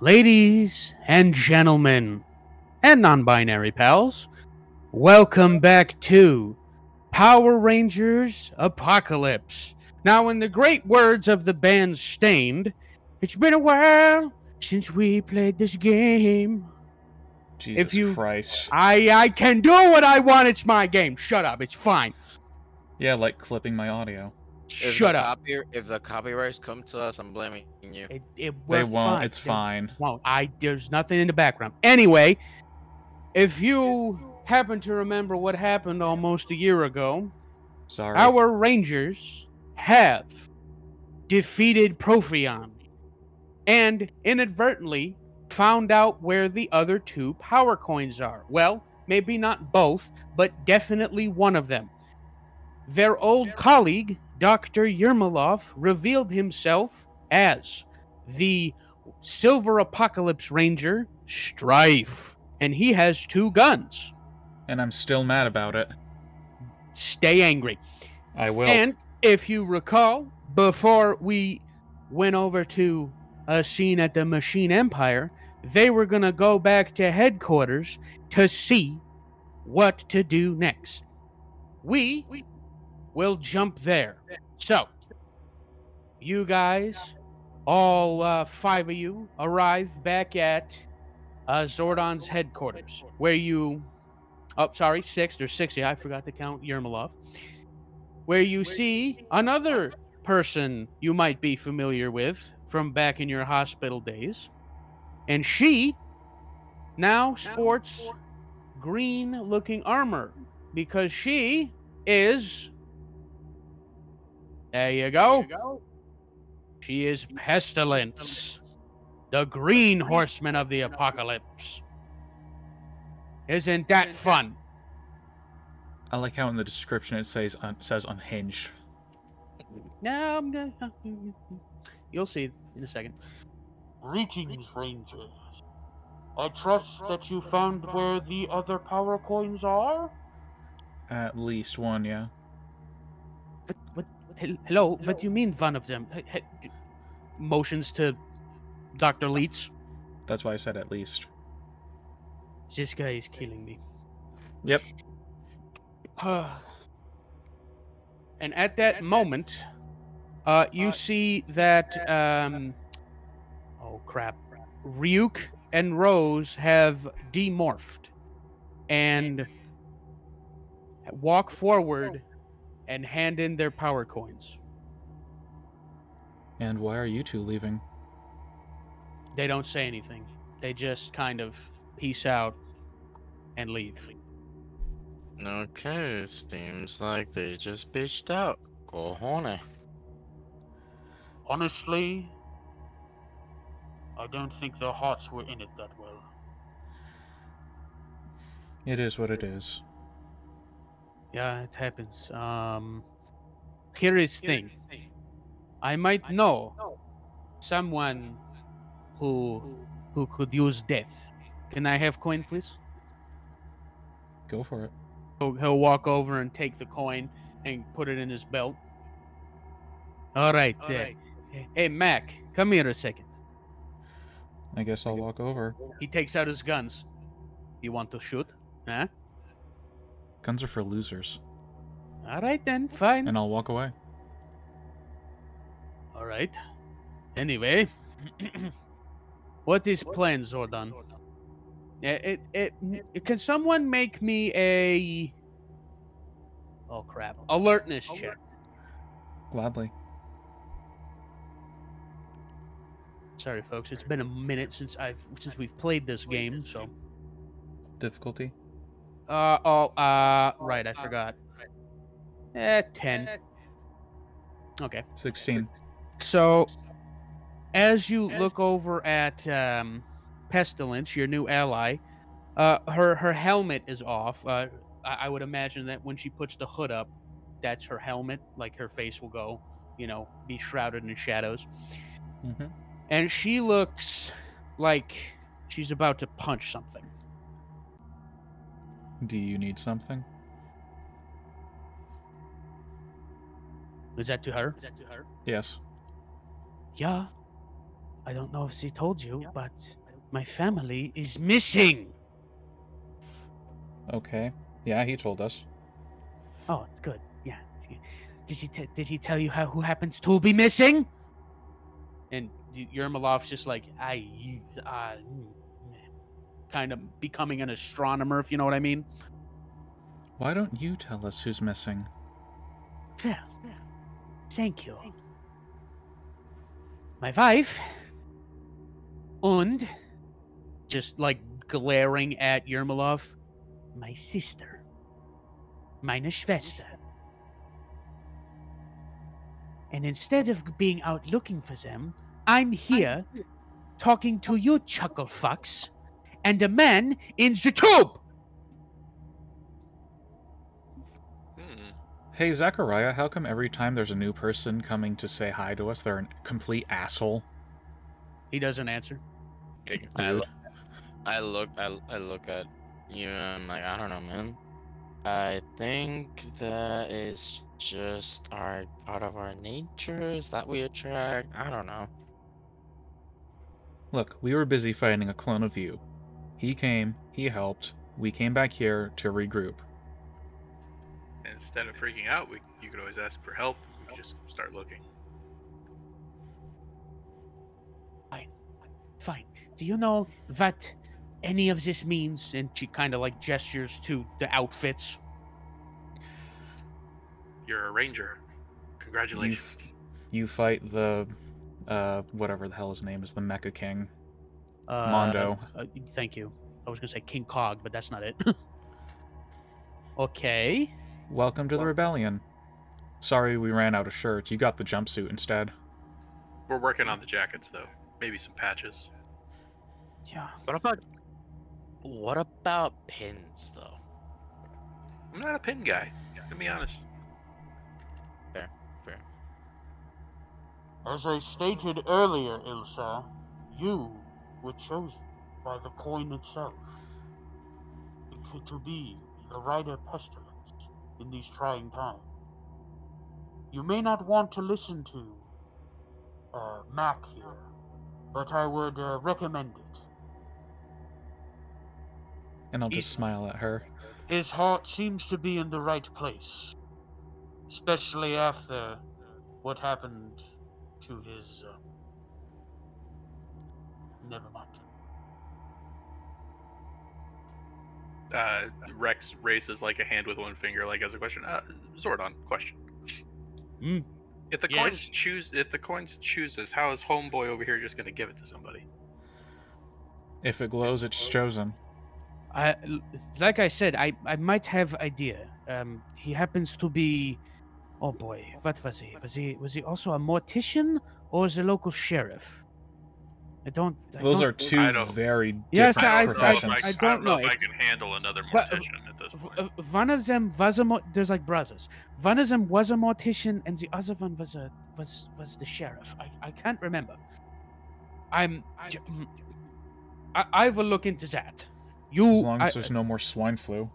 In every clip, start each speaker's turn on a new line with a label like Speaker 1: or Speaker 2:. Speaker 1: Ladies and gentlemen, and non binary pals, welcome back to Power Rangers Apocalypse. Now, in the great words of the band Stained, it's been a while since we played this game.
Speaker 2: Jesus
Speaker 1: you-
Speaker 2: Christ.
Speaker 1: I, I can do what I want, it's my game. Shut up, it's fine.
Speaker 2: Yeah, like clipping my audio.
Speaker 3: If
Speaker 1: Shut
Speaker 3: the
Speaker 1: up.
Speaker 3: copy- if the copyrights come to us, I'm blaming you.
Speaker 1: It, it,
Speaker 2: they
Speaker 1: we're
Speaker 2: won't. It's
Speaker 1: They-
Speaker 2: fine.
Speaker 1: won't. I there's nothing in the background. Anyway, if you happen to remember what happened almost a year ago,
Speaker 2: Sorry.
Speaker 1: our Rangers have defeated Profion and inadvertently found out where the other two power coins are. Well, maybe not both, but definitely one of them. Their old colleague, Dr. Yermalov, revealed himself as the Silver Apocalypse Ranger, Strife, and he has two guns.
Speaker 2: and I'm still mad about it.
Speaker 1: Stay angry.
Speaker 2: I will.
Speaker 1: And if you recall, before we went over to a scene at the Machine Empire, they were going to go back to headquarters to see what to do next. We will jump there. So, you guys, all uh, five of you, arrive back at uh, Zordon's headquarters, where you. Oh, sorry, six. There's 60. I forgot to count Yermalov where you see another person you might be familiar with from back in your hospital days. And she now sports green looking armor because she is. There you go. She is Pestilence, the green horseman of the apocalypse. Isn't that fun?
Speaker 2: I like how in the description it says un- says unhinged.
Speaker 1: No, I'm gonna. You'll see in a second. Greetings, Rangers. I trust that you found where the other power coins are.
Speaker 2: At least one, yeah.
Speaker 1: What? What? hel- Hello. What do you mean one of them? He- he- d- Motions to Doctor Leitz.
Speaker 2: That's why I said at least.
Speaker 1: This guy is killing me.
Speaker 2: Yep.
Speaker 1: and at that moment, uh, you see that. Um, oh, crap. Ryuk and Rose have demorphed and walk forward and hand in their power coins.
Speaker 2: And why are you two leaving?
Speaker 1: They don't say anything, they just kind of peace out and leave.
Speaker 3: Okay, seems like they just bitched out. Go horny.
Speaker 1: Honestly, I don't think their hearts were in it that well.
Speaker 2: It is what it is.
Speaker 1: Yeah, it happens. Um, here is thing. I might know someone who who could use death. Can I have coin, please?
Speaker 2: Go for it.
Speaker 1: He'll, he'll walk over and take the coin and put it in his belt. All right. uh, hey- Hey, Mac, come here a second.
Speaker 2: I guess I'll walk over.
Speaker 1: He takes out his guns. You want to shoot? Huh?
Speaker 2: Guns are for losers.
Speaker 1: All right then. Fine.
Speaker 2: And I'll walk away.
Speaker 1: All right. Anyway, what is plan, Zordon? Yeah, It, it, it, can someone make me a. Oh, crap. Alertness check.
Speaker 2: Gladly.
Speaker 1: Sorry, folks. It's been a minute since I've since we've played this game, so.
Speaker 2: Difficulty?
Speaker 1: Uh, oh, uh, right. I forgot. Eh, 10. Okay.
Speaker 2: 16.
Speaker 1: So, as you look over at um, Pestilence, your new ally, uh, her her helmet is off. Uh, I, I would imagine that when she puts the hood up, that's her helmet. Like her face will go, you know, be shrouded in shadows.
Speaker 2: Mm-hmm.
Speaker 1: And she looks like she's about to punch something.
Speaker 2: Do you need something?
Speaker 1: Is that to her? Is that to her?
Speaker 2: Yes.
Speaker 1: Yeah. I don't know if she told you, but my family is missing.
Speaker 2: Okay. Yeah, he told us.
Speaker 1: Oh, it's good. Yeah, it's good. Did he t- did he tell you how who happens to be missing? And Y- Yermalov's just like I, uh, kind of becoming an astronomer, if you know what I mean.
Speaker 2: Why don't you tell us who's missing?
Speaker 1: Well, thank you. My wife and just like glaring at Yermalov, my sister, meine Schwester. And instead of being out looking for them, I'm here talking to you, chuckle fucks, and a man in the tube.
Speaker 3: Hmm.
Speaker 2: Hey, Zachariah, how come every time there's a new person coming to say hi to us, they're a complete asshole?
Speaker 1: He doesn't answer.
Speaker 3: I,
Speaker 2: Rude.
Speaker 3: lo- I look. I, I look at you. and I'm like, I don't know, man. I think that is just our part of our nature. Is that we attract? I don't know.
Speaker 2: Look, we were busy fighting a clone of you. He came, he helped, we came back here to regroup.
Speaker 4: Instead of freaking out, we, you could always ask for help. We could just start looking.
Speaker 1: Fine. Do you know what any of this means? And she kind of like gestures to the outfits.
Speaker 4: You're a ranger. Congratulations.
Speaker 2: You fight the, uh, whatever the hell his name is, the Mecha King.
Speaker 1: Uh,
Speaker 2: Mondo.
Speaker 1: Uh, thank you. I was going to say King Cog, but that's not it. okay.
Speaker 2: Welcome to the
Speaker 4: Well-
Speaker 2: rebellion. Sorry we ran out of shirts. You got the jumpsuit instead.
Speaker 4: We're working on the jackets though. Maybe some patches.
Speaker 1: Yeah.
Speaker 3: What about? What about pins, though?
Speaker 4: I'm not a pin guy. To be honest.
Speaker 1: As I stated earlier, Ilsa, you were chosen by the coin itself to be the rider pestilence in these trying times. You may not want to listen to uh, Mac here, but I would uh, recommend it.
Speaker 2: And I'll just
Speaker 1: Easy.
Speaker 2: smile at her.
Speaker 1: His heart seems to be in the right place, especially after what happened to his. Uh... Never mind.
Speaker 4: Uh, Rex raises like a hand with one finger, like as a question. Uh, Zordon, question.
Speaker 1: Hmm.
Speaker 4: If the
Speaker 1: Yes?
Speaker 4: coins choose, if the coins chooses, how is homeboy over here just gonna give it to somebody?
Speaker 2: If it glows, it's chosen.
Speaker 1: I, l- like I said, I, I might have idea. Um, he happens to be, oh boy, what was he? Was he was he also a mortician or the local sheriff? I don't. I
Speaker 2: Those
Speaker 1: don't-
Speaker 2: are two
Speaker 4: I don't-
Speaker 2: very different
Speaker 1: Yes, I- I-
Speaker 2: professions.
Speaker 1: I
Speaker 4: I don't know if I
Speaker 1: It's-
Speaker 4: can handle another
Speaker 1: But-
Speaker 4: mortician at this
Speaker 1: V-
Speaker 4: point.
Speaker 1: uh, One of them was a mo- there's like brothers. One of them was a mortician, and the other one was a was was the sheriff. I, I can't remember. I'm. j- mm, I, I will look into that. You
Speaker 2: as long as
Speaker 1: I-
Speaker 2: there's no more swine flu.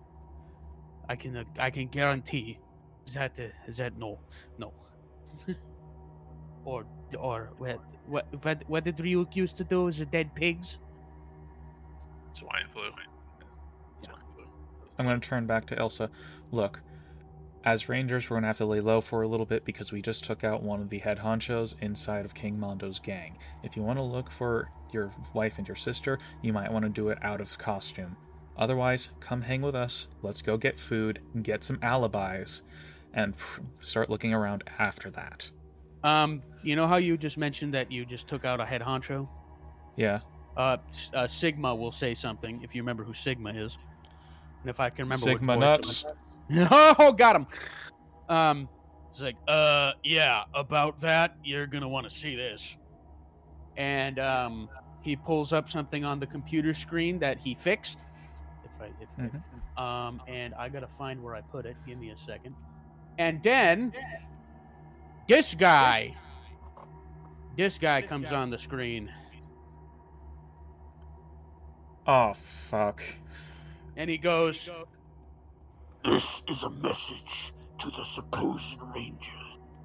Speaker 1: I can uh, I can guarantee that uh, that no no. or or what what what what did Ryuk used to do with the dead pigs?
Speaker 4: Swine flu.
Speaker 1: Yeah.
Speaker 4: Swine flu.
Speaker 2: I'm going to turn back to Elsa. Look, as Rangers, we're going to have to lay low for a little bit because we just took out one of the head honchos inside of King Mondo's gang. If you want to look for your wife and your sister, you might want to do it out of costume. Otherwise, come hang with us. Let's go get food, get some alibis, and pr- start looking around after that.
Speaker 1: Um, you know how you just mentioned that you just took out a head honcho.
Speaker 2: Yeah.
Speaker 1: Uh, S- uh Sigma will say something if you remember who Sigma is, and if I can remember. what
Speaker 2: Sigma
Speaker 1: voice it
Speaker 2: nuts.
Speaker 1: was. oh, got him. Um, it's like uh yeah about that you're gonna want to see this, and um he pulls up something on the computer screen that he fixed. If I if,
Speaker 2: Mm-hmm.
Speaker 1: if um and I gotta find where I put it. Give me a second. And then this guy, this guy comes on the screen.
Speaker 2: Oh, fuck.
Speaker 1: and he goes,
Speaker 5: This is a message to the supposed rangers.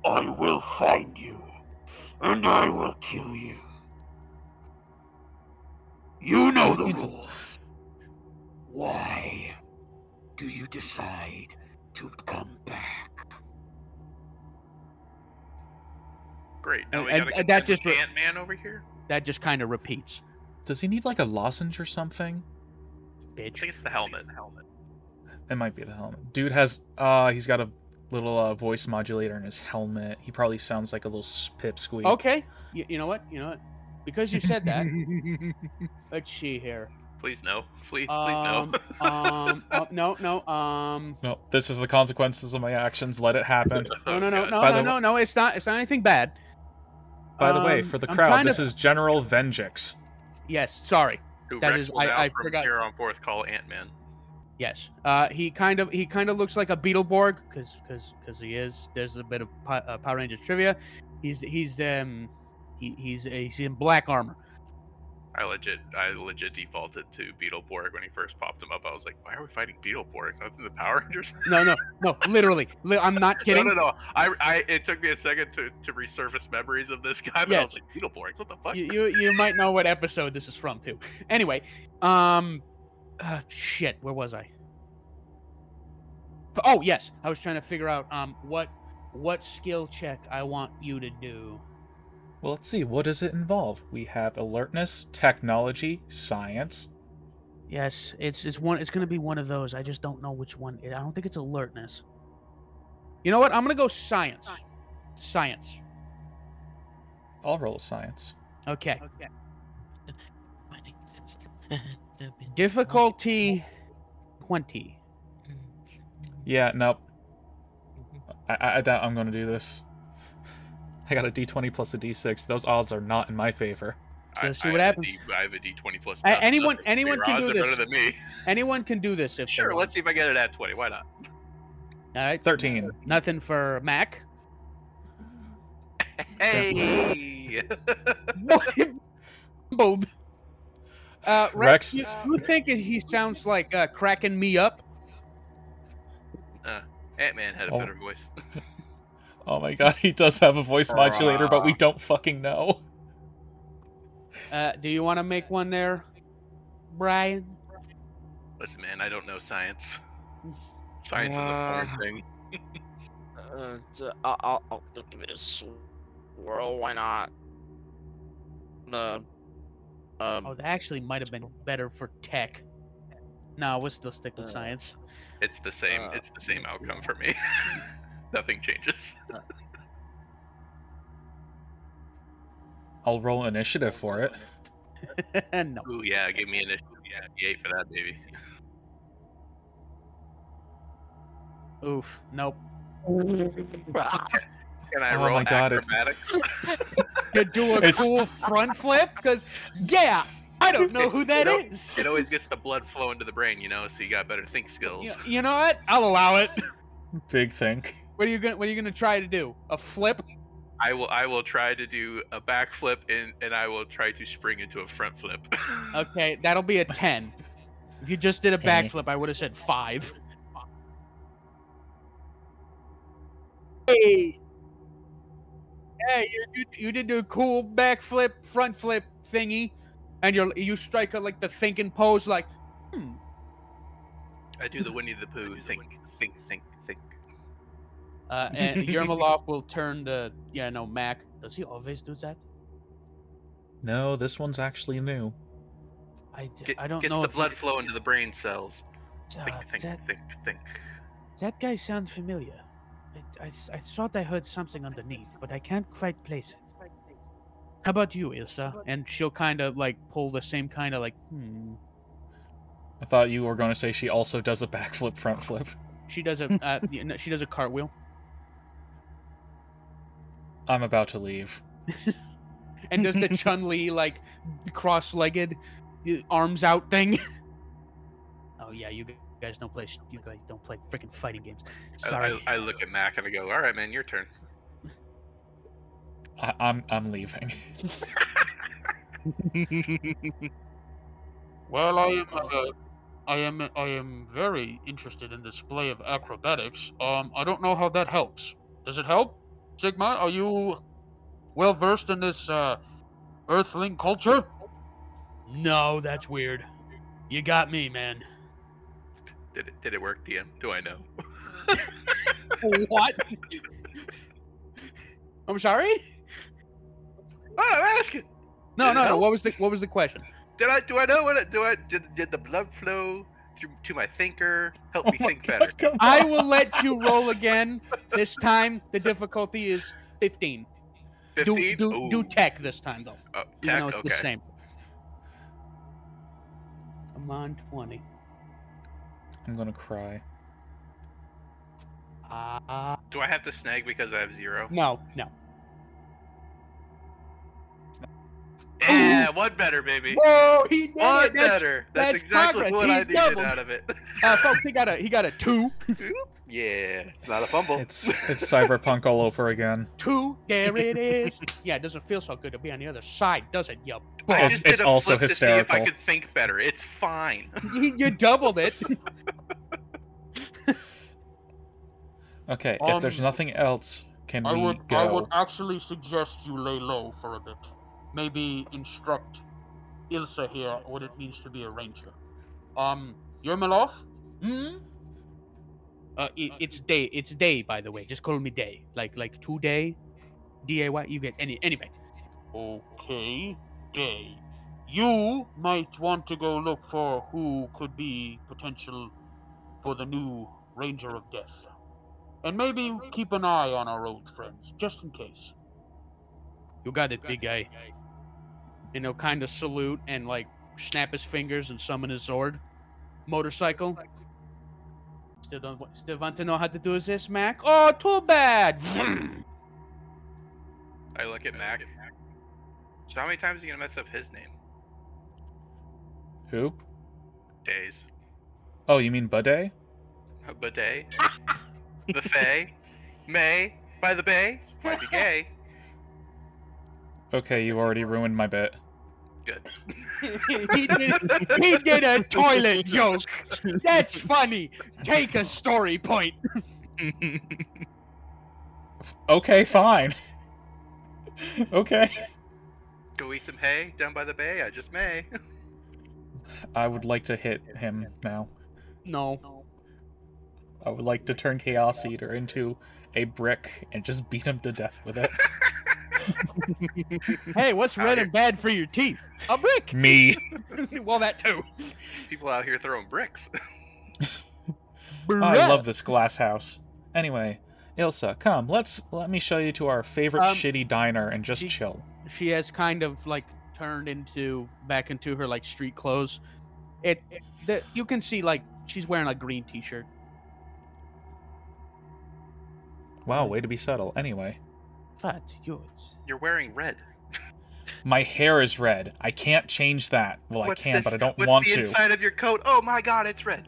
Speaker 5: I will find you, and I will kill you. You know the
Speaker 2: It's a-
Speaker 5: rules. Why do you decide to come back?
Speaker 4: Great.
Speaker 1: And-
Speaker 4: Now
Speaker 1: and-
Speaker 4: we gotta
Speaker 1: and
Speaker 4: get
Speaker 1: that
Speaker 4: that
Speaker 1: just re-
Speaker 4: Ant Man over here.
Speaker 1: That just kind of repeats,
Speaker 2: Does he need like a lozenge or something?
Speaker 4: I
Speaker 1: bitch.
Speaker 4: think it's the helmet. Helmet.
Speaker 2: It might be the helmet. Dude has uh he's got a little uh, voice modulator in his helmet. He probably sounds like a little s- pipsqueak.
Speaker 1: Okay, you, you know what? You know what? Because you said that, let's see here.
Speaker 4: Please no. Please, please no.
Speaker 1: Um, oh, no, no, um,
Speaker 2: No, this is the consequences of my actions. Let it happen.
Speaker 1: no, no, no,
Speaker 4: God.
Speaker 1: no,
Speaker 2: By
Speaker 1: no,
Speaker 2: the
Speaker 1: no, no. It's not. It's not anything bad.
Speaker 2: By the way,
Speaker 1: Um,
Speaker 2: for the
Speaker 1: I'm
Speaker 2: crowd,
Speaker 1: trying
Speaker 2: this
Speaker 1: to-
Speaker 2: is General Venjix.
Speaker 1: yes. Sorry.
Speaker 4: Who
Speaker 1: That
Speaker 4: Rex
Speaker 1: is-
Speaker 4: will
Speaker 1: I-
Speaker 4: now
Speaker 1: I
Speaker 4: from
Speaker 1: forgot.
Speaker 4: here on forth call Ant Man.
Speaker 1: Yes. Uh, he kind of he kind of looks like a Beetleborg because because because he is. There's a bit of Pi- uh, Power Rangers trivia. He's he's um he, he's he's in black armor.
Speaker 4: I legit, I legit defaulted to Beetleborg when he first popped him up. I was like, why are we fighting Beetleborgs? That's in the Power Rangers.
Speaker 1: No, no, no. Literally, li- I'm not
Speaker 4: No,
Speaker 1: kidding.
Speaker 4: no, no. I, I, it took me a second to, to resurface memories of this guy, but I
Speaker 1: Yes.
Speaker 4: was like, Beetleborgs, what the fuck?
Speaker 1: You, you you might know what episode this is from too. Anyway, um, uh, shit, where was I? F- Oh yes, I was trying to figure out um what what skill check I want you to do.
Speaker 2: Well, let's see. What does it involve? We have alertness, technology, science.
Speaker 1: Yes, it's it's one. It's gonna be one of those. I just don't know which one. I don't think it's alertness. You know what? I'm gonna go science. Science.
Speaker 2: I'll roll a science.
Speaker 1: Okay.
Speaker 3: Okay.
Speaker 1: Difficulty twenty.
Speaker 2: Yeah, nope. I, I, I doubt I'm going to do this. I got a d20 plus a d6. Those odds are not in my favor.
Speaker 1: So
Speaker 4: I,
Speaker 1: let's see
Speaker 4: I
Speaker 1: what
Speaker 4: have
Speaker 1: happens.
Speaker 4: A D, I have a D20 plus.
Speaker 1: A-
Speaker 4: nine,
Speaker 1: anyone-
Speaker 4: nothing, so
Speaker 1: anyone
Speaker 4: your
Speaker 1: can
Speaker 4: odds
Speaker 1: do
Speaker 4: are better
Speaker 1: this.
Speaker 4: than me.
Speaker 1: Anyone can do this if they
Speaker 4: Sure,
Speaker 1: want.
Speaker 4: let's see if I get it at 20. Why not?
Speaker 1: All right.
Speaker 2: 13.
Speaker 1: Nothing for Mac.
Speaker 4: Hey!
Speaker 1: Bold. Uh, Rex,
Speaker 2: Rex-
Speaker 1: You, you think it- he sounds like uh, cracking me up?
Speaker 4: Ant Man had a
Speaker 2: Oh.
Speaker 4: better voice.
Speaker 2: Oh my god, he does have a voice modulator, but we don't fucking know.
Speaker 1: Uh, do you want to make one there, Brian?
Speaker 4: Listen, man, I don't know science. Science is a
Speaker 3: Wow.
Speaker 4: foreign thing.
Speaker 3: Uh, d- I'll, I'll, I'll give it a swirl. Why not? The um,
Speaker 1: Oh, that actually might have been better for tech. No, we'll still stick with
Speaker 3: Uh,
Speaker 1: science.
Speaker 4: It's the same.
Speaker 3: Uh,
Speaker 4: it's the same outcome for me. Nothing changes.
Speaker 2: I'll roll initiative for it.
Speaker 1: no.
Speaker 4: Ooh, yeah, give me an issue. Yeah, be eight for that, baby.
Speaker 1: Oof. Nope.
Speaker 4: Can I
Speaker 2: Oh
Speaker 4: roll
Speaker 2: my God, it's-
Speaker 4: acrobatics?
Speaker 1: You do a
Speaker 2: It's-
Speaker 1: cool front flip? Because, yeah, I don't know who that
Speaker 4: Nope.
Speaker 1: is.
Speaker 4: it always gets the blood flowing to the brain, you know. So you got better think skills.
Speaker 1: You, you know what? I'll allow it.
Speaker 2: Big think.
Speaker 1: What are you gonna What are you gonna try to do? A flip?
Speaker 4: I will. I will try to do a backflip and and I will try to spring into a front flip.
Speaker 1: Okay, that'll be a ten. If you just did a
Speaker 2: Okay.
Speaker 1: backflip, I would have said five. Hey, hey, you, you, you did a cool backflip, front flip thingy, and you are you strike a, like the thinking pose, like hmm,
Speaker 4: I do the Winnie the Pooh. Think, think, think, think.
Speaker 1: Uh, and Yermalov will turn to yeah no Mac. Does he always do that?
Speaker 2: No, this one's actually new.
Speaker 1: I, d-
Speaker 4: Get,
Speaker 1: I don't
Speaker 4: gets
Speaker 1: know.
Speaker 4: the
Speaker 1: if he-
Speaker 4: blood flowing to the brain cells. Think,
Speaker 1: uh,
Speaker 4: think,
Speaker 1: that,
Speaker 4: think, think.
Speaker 1: that guy sounds familiar. I, I s- I thought I heard something underneath, but I can't quite place it. How about you, Ilsa? And she'll kind of like pull the same kind of like hmm.
Speaker 2: I thought you were going to say she also does a backflip, front flip.
Speaker 1: She does a uh, you know, she does a cartwheel,
Speaker 2: I'm about to leave.
Speaker 1: and does the Chun Li like cross-legged, y- arms out uh, thing. oh yeah, you g- guys don't play. You guys don't play freaking fighting games.
Speaker 4: I-
Speaker 1: Sorry.
Speaker 4: I, I look at Mac and I go, "All right, man, your turn."
Speaker 2: I, I'm I'm leaving.
Speaker 1: Well, I am. Uh, I am. I am very interested in display of acrobatics. Um, I don't know how that helps. Does it help, Sigma? Are you well versed in this uh, Earthling culture? No, that's weird. You got me, man.
Speaker 4: Did it, did it work, DM? Do I know?
Speaker 1: what? I'm sorry?
Speaker 4: Oh, I'm asking.
Speaker 1: No,
Speaker 4: Did it
Speaker 1: no, no.
Speaker 4: help?
Speaker 1: What was the what was the question?
Speaker 4: Did I? Do I know what? I, do I? Did, did the blood flow through to my thinker
Speaker 1: Oh
Speaker 4: help me
Speaker 2: Oh my
Speaker 4: think
Speaker 2: God,
Speaker 4: better?
Speaker 2: come
Speaker 1: I
Speaker 2: on.
Speaker 1: will let you roll again. This time the difficulty is 15. Do
Speaker 4: Fifteen.
Speaker 1: do, do tech this time though.
Speaker 4: Oh,
Speaker 1: even
Speaker 4: tech.
Speaker 1: though it's
Speaker 4: Okay.
Speaker 1: the same. I'm on 20.
Speaker 2: I'm gonna cry.
Speaker 1: Uh,
Speaker 4: Do I have to snag because I have zero?
Speaker 1: no, no.
Speaker 4: Yeah, one better, baby.
Speaker 1: Whoa, he did
Speaker 4: One
Speaker 1: it! That's-
Speaker 4: better. That's,
Speaker 1: that's
Speaker 4: exactly
Speaker 1: progress.
Speaker 4: what
Speaker 1: He
Speaker 4: I needed
Speaker 1: doubled.
Speaker 4: out of it.
Speaker 1: uh, folks, he got a he got a two,
Speaker 4: yeah, it's not a fumble.
Speaker 2: It's it's cyberpunk all over again.
Speaker 1: two. There it is. Yeah, it doesn't feel so good to be on the other side, does it? You
Speaker 4: I
Speaker 1: bum?
Speaker 2: It's-
Speaker 4: just did
Speaker 2: it's
Speaker 4: a
Speaker 2: also
Speaker 4: flip to see if I
Speaker 2: hysterical.
Speaker 4: could think better. It's fine.
Speaker 1: you, you doubled it.
Speaker 2: Okay, if there's
Speaker 5: Um,
Speaker 2: nothing else, can
Speaker 5: I
Speaker 2: we
Speaker 5: would,
Speaker 2: go?
Speaker 5: I would actually suggest you lay low for a bit. Maybe instruct Ilsa here what it means to be a ranger. Um, Yermalov?
Speaker 1: Hmm. Uh, it, it's day. It's day, by the way. Just call me day. Like like today, D A Y. You get any anyway.
Speaker 5: Okay, day. You might want to go look for who could be potential for the new Ranger of Death. And maybe keep an eye on our old friends, just in case.
Speaker 1: You got it, big guy. And he'll kind of salute and like snap his fingers and summon his Zord motorcycle. Still don't wa- still want to know how to do this, Mac? Oh, too bad. Vroom.
Speaker 4: I look at Mac. So how many times are you gonna mess up his name?
Speaker 2: Who?
Speaker 4: Days.
Speaker 2: Oh, you mean Bidet?
Speaker 4: A bidet. Buffet. May. By the bay. Might be gay.
Speaker 2: Okay, you already ruined my bit.
Speaker 4: Good.
Speaker 1: he, did, he did a toilet joke. That's funny. Take a story point.
Speaker 2: Okay, fine. okay.
Speaker 4: Go eat some hay down by the bay. I just may.
Speaker 2: I would like to hit him now.
Speaker 1: No.
Speaker 2: I would like to turn Chaos Eater into a brick and just beat him to death with it.
Speaker 1: Hey, what's red
Speaker 4: Outta
Speaker 1: and bad for your teeth? A brick.
Speaker 2: Me.
Speaker 1: well, that too.
Speaker 4: People out here throwing bricks.
Speaker 2: I love this glass house. Anyway, Ilsa, come. Let's let me show you to our favorite
Speaker 1: Um,
Speaker 2: shitty diner and just
Speaker 1: she-
Speaker 2: chill.
Speaker 1: she has kind of like turned into back into her like street clothes. It, it the, you can see like she's wearing a green t-shirt.
Speaker 2: Wow, way to be subtle. Anyway,
Speaker 1: Fat yours.
Speaker 4: You're wearing red.
Speaker 2: my hair is red. I can't change that. Well, I
Speaker 4: What's
Speaker 2: can, but
Speaker 4: this-
Speaker 2: I don't
Speaker 4: what's
Speaker 2: want
Speaker 4: the
Speaker 2: to.
Speaker 4: inside of your coat? Oh my god, it's red.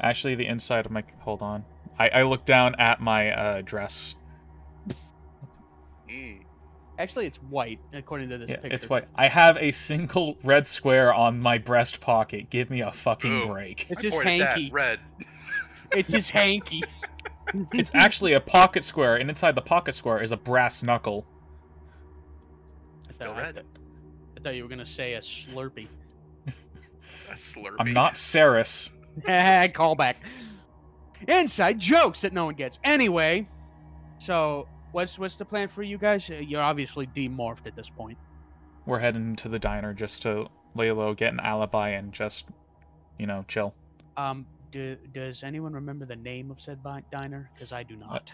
Speaker 2: Actually, the inside of my hold on. I, I look down at my uh, dress.
Speaker 4: Mm.
Speaker 1: Actually, it's white according to this
Speaker 2: Yeah,
Speaker 1: picture.
Speaker 2: it's white. I have a single red square on my breast pocket. Give me a fucking
Speaker 4: Ooh.
Speaker 2: break.
Speaker 1: It's
Speaker 4: I
Speaker 1: just
Speaker 4: pointed
Speaker 1: hanky.
Speaker 4: That, red.
Speaker 1: It's just hanky.
Speaker 2: It's actually a pocket square, and inside the pocket square is a brass knuckle.
Speaker 1: I
Speaker 4: Still
Speaker 1: thought, I,
Speaker 4: red.
Speaker 1: thought, I thought you were gonna say a Slurpee.
Speaker 4: A slurpee.
Speaker 2: I'm not Ceres.
Speaker 1: Call back. Inside jokes that no one gets. Anyway, so what's what's the plan for you guys? Uh, You're obviously demorphed at this point.
Speaker 2: We're heading to the diner just to lay low, get an alibi, and just, you know, chill.
Speaker 1: Um, do, does anyone remember the name of said bi- diner? Because I do not.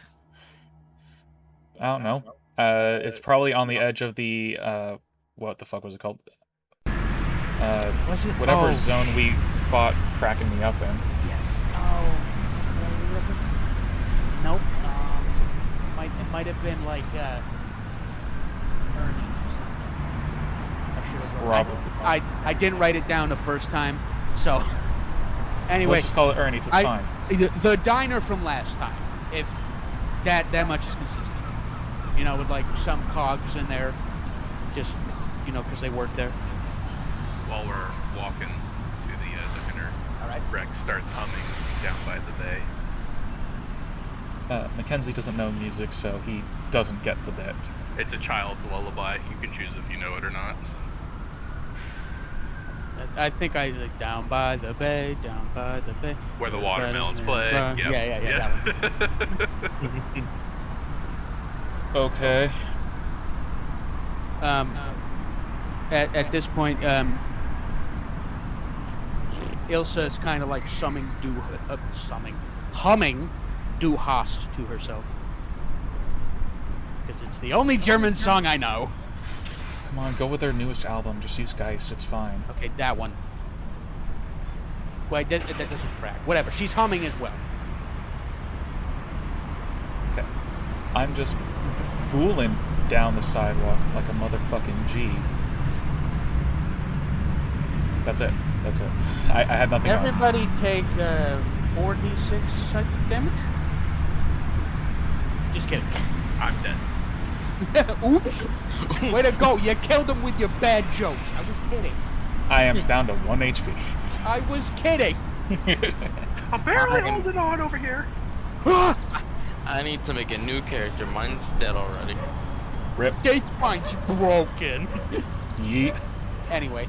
Speaker 2: I don't know. Uh, it's probably on the edge of the uh, what the fuck was it called? Uh,
Speaker 1: Was it
Speaker 2: whatever
Speaker 1: oh,
Speaker 2: zone we fought cracking me up in.
Speaker 1: Yes. Oh. Nope. Um, it might it might have been like uh, Ernie's or something. I should have wrote-
Speaker 2: Probably.
Speaker 1: I, I I didn't write it down the first time, so. Anyway,
Speaker 2: Let's just call it Ernie's. It's
Speaker 1: I-
Speaker 2: fine.
Speaker 1: the, the diner from last time, if that that much is consistent, you know, with like some cogs in there, just you know, because they work there.
Speaker 4: While we're walking to the uh, diner,
Speaker 1: All right.
Speaker 4: Rex starts humming down by the bay.
Speaker 2: Uh, Mackenzie doesn't know music, so he doesn't get the bit.
Speaker 4: It's a child's lullaby. You can choose if you know it or not.
Speaker 1: I think I like down by the bay, down by the bay.
Speaker 4: Where the watermelons
Speaker 1: Yeah,
Speaker 4: play.
Speaker 1: uh, yeah,
Speaker 4: yep.
Speaker 1: yeah, yeah,
Speaker 2: Okay.
Speaker 1: Um, at at this point, um, Ilsa is kind of like summing do uh, summing, humming, Du Hast to herself. Because it's the only German song I know.
Speaker 2: Come on, go with their newest album. Just use Geist. It's fine.
Speaker 1: Okay, that one. Wait, that, that doesn't track. Whatever. She's humming as well.
Speaker 2: I'm just booling down the sidewalk like a motherfucking G. That's it. That's it. I, I had nothing else.
Speaker 1: Everybody take uh, 4d6 psychic damage. Just kidding.
Speaker 4: I'm dead.
Speaker 1: Oops. Way to go. You killed him with your bad jokes. I was kidding.
Speaker 2: I am down to one HP.
Speaker 1: I was kidding.
Speaker 4: I'm barely
Speaker 3: Fucking-
Speaker 4: holding on over here.
Speaker 1: Ah,
Speaker 3: I need to make a new character. Mine's dead already.
Speaker 2: Rip.
Speaker 1: Gate mine's broken.
Speaker 2: Yeet.
Speaker 1: Anyway,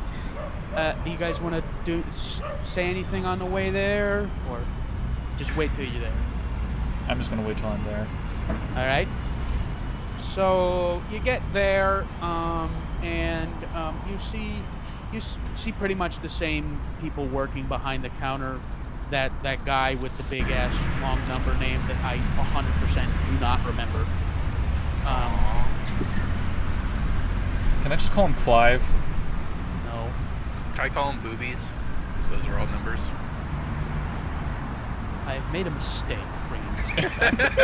Speaker 1: uh, you guys want to do s- say anything on the way there, or just wait till you're there?
Speaker 2: I'm just gonna wait till I'm there.
Speaker 1: All right. So you get there, um, and um, you see you s- see pretty much the same people working behind the counter. That that guy with the big ass long number name that I 100% do not remember. Um,
Speaker 2: Can I just call him Clive?
Speaker 1: no.
Speaker 4: Can I call them boobies? 'Cause those are all numbers.
Speaker 1: I've made a mistake. bringing this guy back.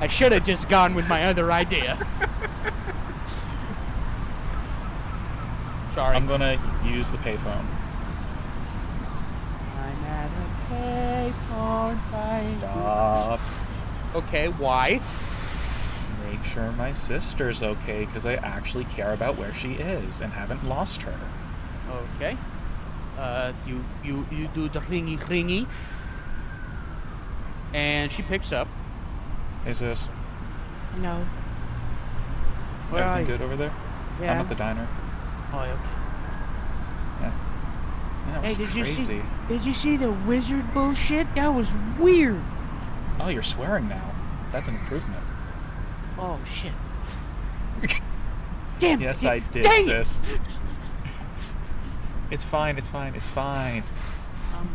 Speaker 1: I should have just gone with my other idea. Sorry.
Speaker 2: I'm gonna use the payphone.
Speaker 1: I'm at a payphone buying-
Speaker 2: Stop.
Speaker 1: Okay, why?
Speaker 2: Make sure my sister's okay, because I actually care about where she is and haven't lost her.
Speaker 1: Okay. Uh, you you you do the ringy ringy, and she picks up.
Speaker 2: Is this
Speaker 1: No. Where are
Speaker 2: everything
Speaker 1: you?
Speaker 2: good over there?
Speaker 1: Yeah.
Speaker 2: I'm at the diner.
Speaker 1: Oh, okay.
Speaker 2: Yeah,
Speaker 1: Hey,
Speaker 2: it was
Speaker 1: did you see-
Speaker 2: crazy.
Speaker 1: Did you see the wizard bullshit? That was weird.
Speaker 2: Oh, you're swearing now. That's an improvement.
Speaker 1: Oh shit. Damn.
Speaker 2: Yes,
Speaker 1: it,
Speaker 2: I did,
Speaker 1: dang it.
Speaker 2: sis. It's fine, it's fine, it's fine.
Speaker 1: Um,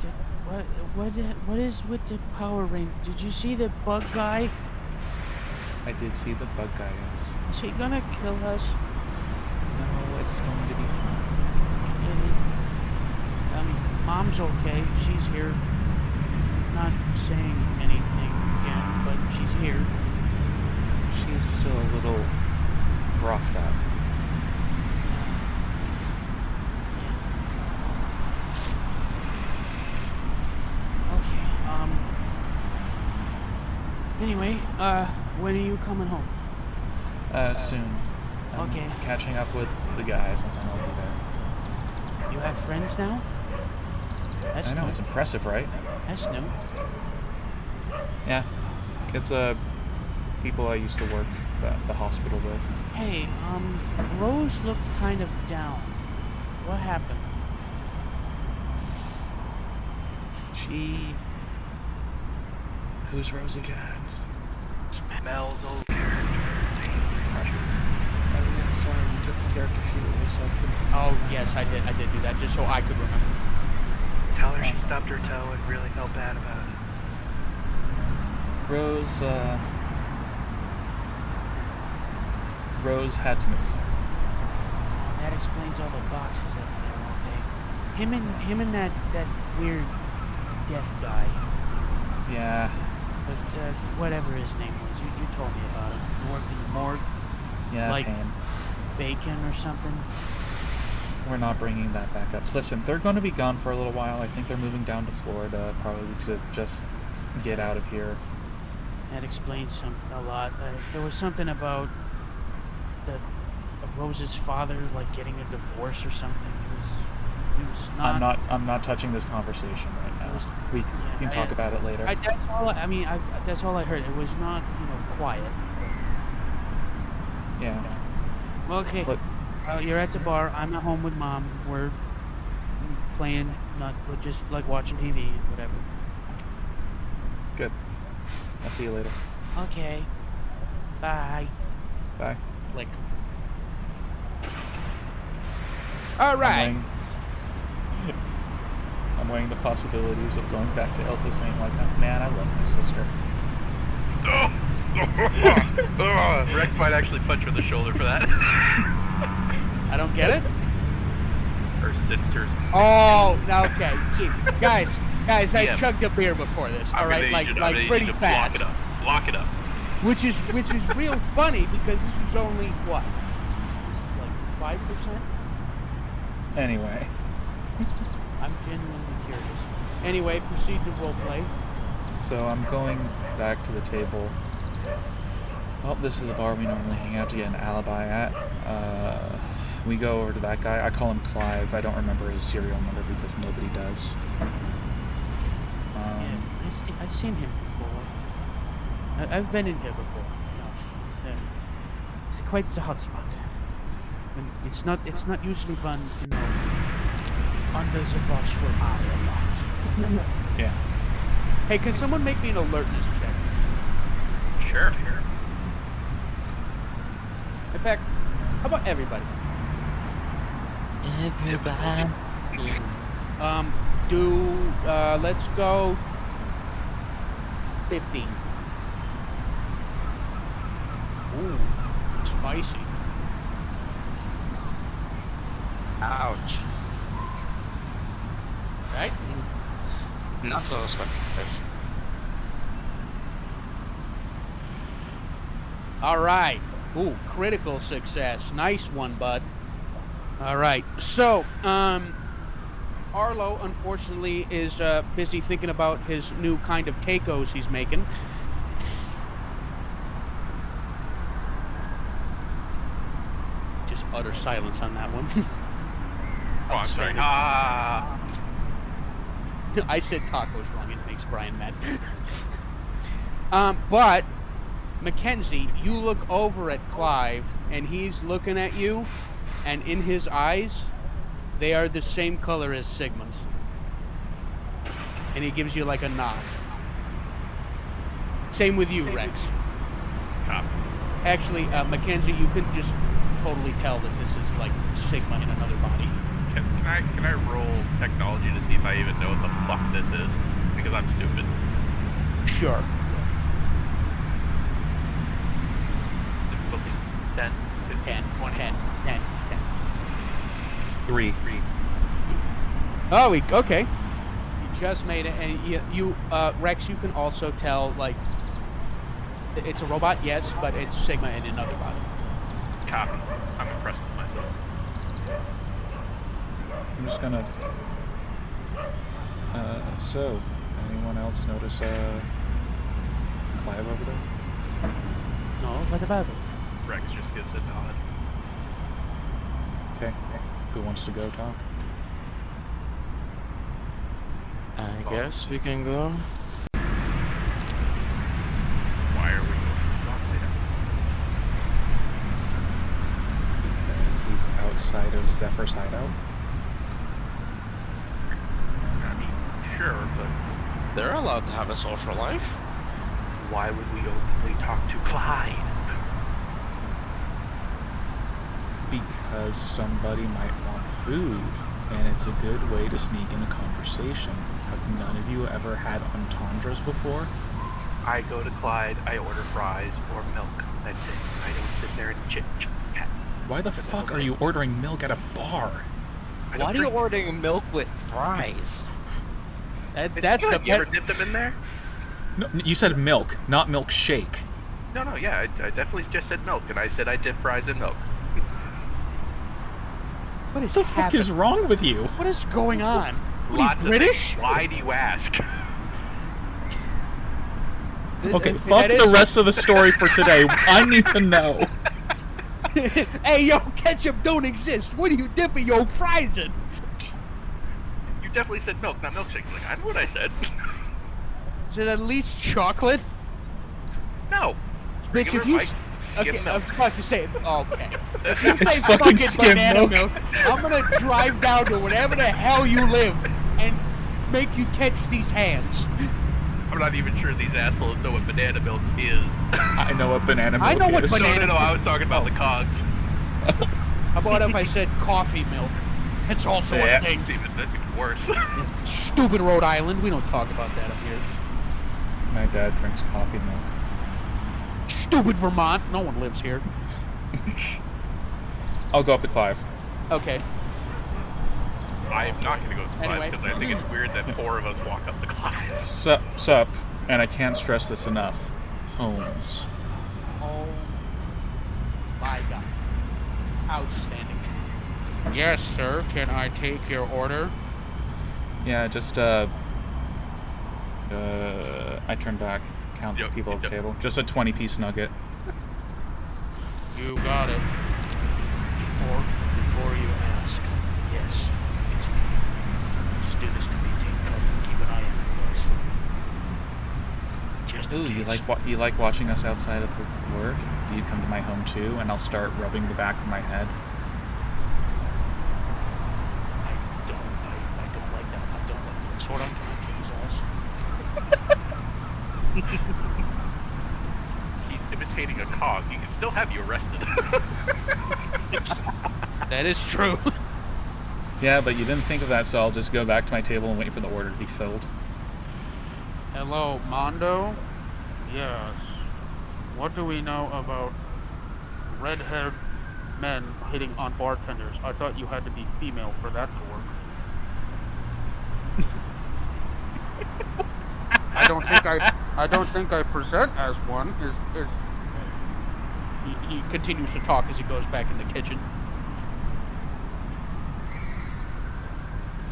Speaker 1: d- what what what is with the power ring? Did you see the bug guy?
Speaker 2: I did see the bug guy is.
Speaker 1: Is he gonna kill us?
Speaker 2: No, it's going to be fine.
Speaker 1: Okay. Um, mom's okay. She's here. Not saying anything again, but she's here.
Speaker 2: She's still a little roughed up.
Speaker 1: Okay. Um. Anyway, uh, when are you coming home?
Speaker 2: Uh, soon. I'm
Speaker 1: okay.
Speaker 2: Catching up with the guys, and then I'll be there.
Speaker 1: You have friends now? That's
Speaker 2: I know
Speaker 1: new.
Speaker 2: it's impressive, right?
Speaker 1: That's new.
Speaker 2: Yeah. It's uh, people I used to work at the hospital with.
Speaker 1: Hey, um, Rose looked kind of down. What happened?
Speaker 2: She. Who's Rose again?
Speaker 4: Mel's old character.
Speaker 2: Oh, yeah, sorry, you took the character sheet away, so I couldn't.
Speaker 1: Oh yes, I did. I did do that just so I could remember.
Speaker 4: Tell her she stubbed her toe and really felt bad about it.
Speaker 2: Rose, uh. Rose had to move.
Speaker 1: That explains all the boxes up there all day. Him and him and that that weird death guy,
Speaker 2: Yeah,
Speaker 1: but uh, whatever his name was, you, you told me about him. He worked in the morgue,
Speaker 2: yeah,
Speaker 1: Like-
Speaker 2: pain.
Speaker 1: bacon or something.
Speaker 2: We're not bringing that back up. Listen, they're going to be gone for a little while. I think they're moving down to Florida, probably to just get out of here.
Speaker 1: That explains some a lot. Uh, there was something about the uh, Rose's father like getting a divorce or something. It was it was not.
Speaker 2: I'm not. I'm not touching this conversation right now.
Speaker 1: Just-
Speaker 2: We
Speaker 1: yeah,
Speaker 2: can talk
Speaker 1: I-
Speaker 2: about it later.
Speaker 1: I, that's all. I, I mean, I, that's all I heard. It was not you know quiet.
Speaker 2: yeah.
Speaker 1: Well, okay.
Speaker 2: But
Speaker 1: Uh, you're at the bar. I'm at home with mom. We're playing, not we're just like watching TV and whatever.
Speaker 2: I'll see you later.
Speaker 1: Okay. Bye.
Speaker 2: Bye.
Speaker 1: Like. All right.
Speaker 2: I'm weighing, I'm weighing the possibilities of going back to Elsa saying, like, man, I love my sister.
Speaker 4: Oh! Rex might actually punch her in the shoulder for that.
Speaker 1: I don't get it.
Speaker 4: Her sister's.
Speaker 1: Oh, no, okay. Gee, guys, guys, I
Speaker 4: Yeah.
Speaker 1: chugged a beer before this.
Speaker 4: I'm
Speaker 1: All
Speaker 4: gonna
Speaker 1: right,
Speaker 4: need
Speaker 1: like,
Speaker 4: you to- I'm gonna need
Speaker 1: like pretty
Speaker 4: you to
Speaker 1: fast,
Speaker 4: Lock it up. Lock it up.
Speaker 1: which is which is real funny because this was only what, like five percent.
Speaker 2: Anyway,
Speaker 1: I'm genuinely curious. Anyway, proceed to roleplay.
Speaker 2: so I'm going back to the table. Well, this is the bar we normally hang out to get an alibi at. Uh, we go over to that guy. I call him Clive. I don't remember his serial number because nobody does.
Speaker 1: Yeah,
Speaker 2: Um,
Speaker 1: I've seen, I've seen him before. I, I've been in here before. No, it's, um, it's quite the hotspot. And it's not it's not usually one you know under the watchful eye a lot.
Speaker 2: Yeah.
Speaker 1: Hey, can someone make me an alertness check?
Speaker 4: Sure.
Speaker 1: In fact, how about everybody?
Speaker 3: Everybody.
Speaker 1: Um, do uh, let's go fifteen. Ooh, spicy.
Speaker 3: Ouch.
Speaker 1: Right?
Speaker 3: Not so spicy.
Speaker 1: All right. Ooh, critical success. Nice one, bud. All right. So, um, Arlo unfortunately is uh, busy thinking about his new kind of tacos he's making. Just utter silence on that one.
Speaker 4: Oh, I'm sorry.
Speaker 1: Outstanding.
Speaker 4: Ah.
Speaker 1: I said tacos wrong. It makes Brian mad. um, but Mackenzie, you look over at Clive, and he's looking at you, and in his eyes, they are the same color as Sigma's. And he gives you like a nod. Same with you, Rex.
Speaker 4: Copy.
Speaker 1: Actually, uh, Mackenzie, you can just totally tell that this is like Sigma in another body.
Speaker 4: Can, can I can I roll technology to see if I even know what the fuck this is? Because I'm stupid.
Speaker 1: Sure.
Speaker 4: Difficulty 10,
Speaker 1: 10,
Speaker 4: 15,
Speaker 1: 10,
Speaker 4: 20.
Speaker 1: 10, 10.
Speaker 2: three.
Speaker 1: Oh, he, okay. You just made it, and you, you uh, Rex, you can also tell like it's a robot, yes, but it's Sigma in another body.
Speaker 4: Copy. I'm impressed with myself.
Speaker 2: I'm just gonna. Uh, so, anyone else notice uh, Clive over there?
Speaker 1: No, what about it?
Speaker 4: Rex just gives a nod.
Speaker 2: Okay. Who wants to go talk?
Speaker 3: I guess we can go.
Speaker 4: Why are we going to talk to him?
Speaker 2: Because he's outside of Zephyr's hideout.
Speaker 4: I mean, sure, but
Speaker 3: They're allowed to have a social life.
Speaker 4: why would we openly talk to Clyde?
Speaker 2: Because somebody might want food, and it's a good way to sneak in a conversation. Have none of you ever had entendres before?
Speaker 4: I go to Clyde, I order fries or milk. That's it. I don't sit there and chit chat.
Speaker 2: Why the fuck are you ordering milk at a bar?
Speaker 4: I
Speaker 3: Why
Speaker 4: don't
Speaker 3: do you
Speaker 4: drink-
Speaker 3: order milk with fries?
Speaker 1: That,
Speaker 4: It's
Speaker 1: that's
Speaker 4: good.
Speaker 1: the
Speaker 4: You ever
Speaker 1: pet.
Speaker 4: dipped them in there?
Speaker 2: No, you said milk, not milkshake.
Speaker 4: No, no, yeah, I, I definitely just said milk, and I said I dip fries in milk.
Speaker 1: What is
Speaker 2: What the fuck
Speaker 1: happening?
Speaker 2: is wrong with you?
Speaker 1: What is going on? What are
Speaker 4: Lots
Speaker 1: you,
Speaker 4: of-
Speaker 1: British?
Speaker 4: Why do you ask?
Speaker 1: Th-
Speaker 2: Okay,
Speaker 1: th-
Speaker 2: fuck
Speaker 1: that is-
Speaker 2: the rest of the story for today. I need to know.
Speaker 1: hey, yo, ketchup don't exist. What are you dipping your fries in?
Speaker 4: You definitely said milk, not milkshake. Like, I know what I said.
Speaker 1: Is it at least chocolate?
Speaker 4: No.
Speaker 1: Bitch,
Speaker 4: Regular
Speaker 1: if you
Speaker 4: Mike.
Speaker 1: s-
Speaker 4: Skim
Speaker 1: Okay, I
Speaker 4: milk.
Speaker 1: was about to say. Okay.
Speaker 2: It's
Speaker 1: Say
Speaker 2: fucking skim
Speaker 1: banana milk.
Speaker 2: milk.
Speaker 1: I'm gonna drive down to whatever the hell you live and make you catch these hands.
Speaker 4: I'm not even sure these assholes know what banana milk is.
Speaker 2: I know what banana milk
Speaker 1: I know what
Speaker 2: is.
Speaker 4: So
Speaker 1: Banana
Speaker 4: no, no, I was talking about the
Speaker 1: Oh.
Speaker 4: cogs.
Speaker 1: How about if I said coffee milk? That's also
Speaker 4: Yeah,
Speaker 1: a thing.
Speaker 4: That's even, that's even worse.
Speaker 1: Stupid Rhode Island. We don't talk about that up here.
Speaker 2: My dad drinks coffee milk.
Speaker 1: Stupid Vermont. No one lives here.
Speaker 2: I'll go up to Clive.
Speaker 1: Okay.
Speaker 4: I am not going to go to the
Speaker 1: Anyway.
Speaker 4: because I think it's weird that four of us walk up the climb.
Speaker 2: Sup, sup, and I can't stress this enough. Holmes.
Speaker 1: Oh my god. Outstanding. Yes, sir. Can I take your order?
Speaker 2: Yeah, just uh, uh, I turn back, count the
Speaker 4: Yep,
Speaker 2: people at the
Speaker 4: yep.
Speaker 2: table. Just a twenty-piece nugget.
Speaker 1: You got it. Before, before you ask, yes, it's me. Just do this to me, Team Cover. Keep an eye on me, guys. Just
Speaker 2: Ooh, you like wa- you like watching us outside of the work? Do you come to my home too? And I'll start rubbing the back of my head.
Speaker 1: I don't, I, I don't like that. I don't like that. Sort of can I kick his ass?
Speaker 4: He's imitating a cog. He can still have you arrested.
Speaker 1: That is true.
Speaker 2: Yeah, but you didn't think of that, so I'll just go back to my table and wait for the order to be filled.
Speaker 5: Hello, Mondo? Yes. What do we know about red haired men hitting on bartenders? I thought you had to be female for that to work. I don't think I I don't think I present as one. Is is
Speaker 1: He, he continues to talk as he goes back in the kitchen.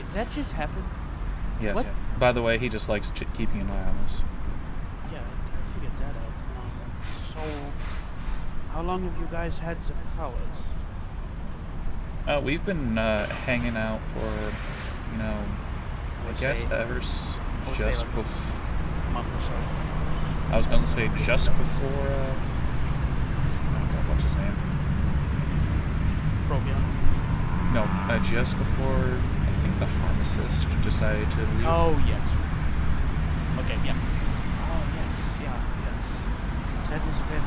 Speaker 1: Is that just happen?
Speaker 2: Yes.
Speaker 1: What?
Speaker 2: By the way, he just likes ch- keeping an eye on us.
Speaker 1: Yeah, I figured that out. So, how long have you guys had the powers?
Speaker 2: Uh, we've been uh, hanging out for, you know, I,
Speaker 1: would
Speaker 2: guess
Speaker 1: say-
Speaker 2: ever s-
Speaker 1: I would say
Speaker 2: just
Speaker 1: like-
Speaker 2: before.
Speaker 1: A month or so.
Speaker 2: I was going to say just before. Uh, oh God, what's his name?
Speaker 1: Provian.
Speaker 2: No, uh, just before I think the pharmacist decided to leave.
Speaker 1: Oh yes. Okay, yeah. Oh yes, yeah, yes. That is when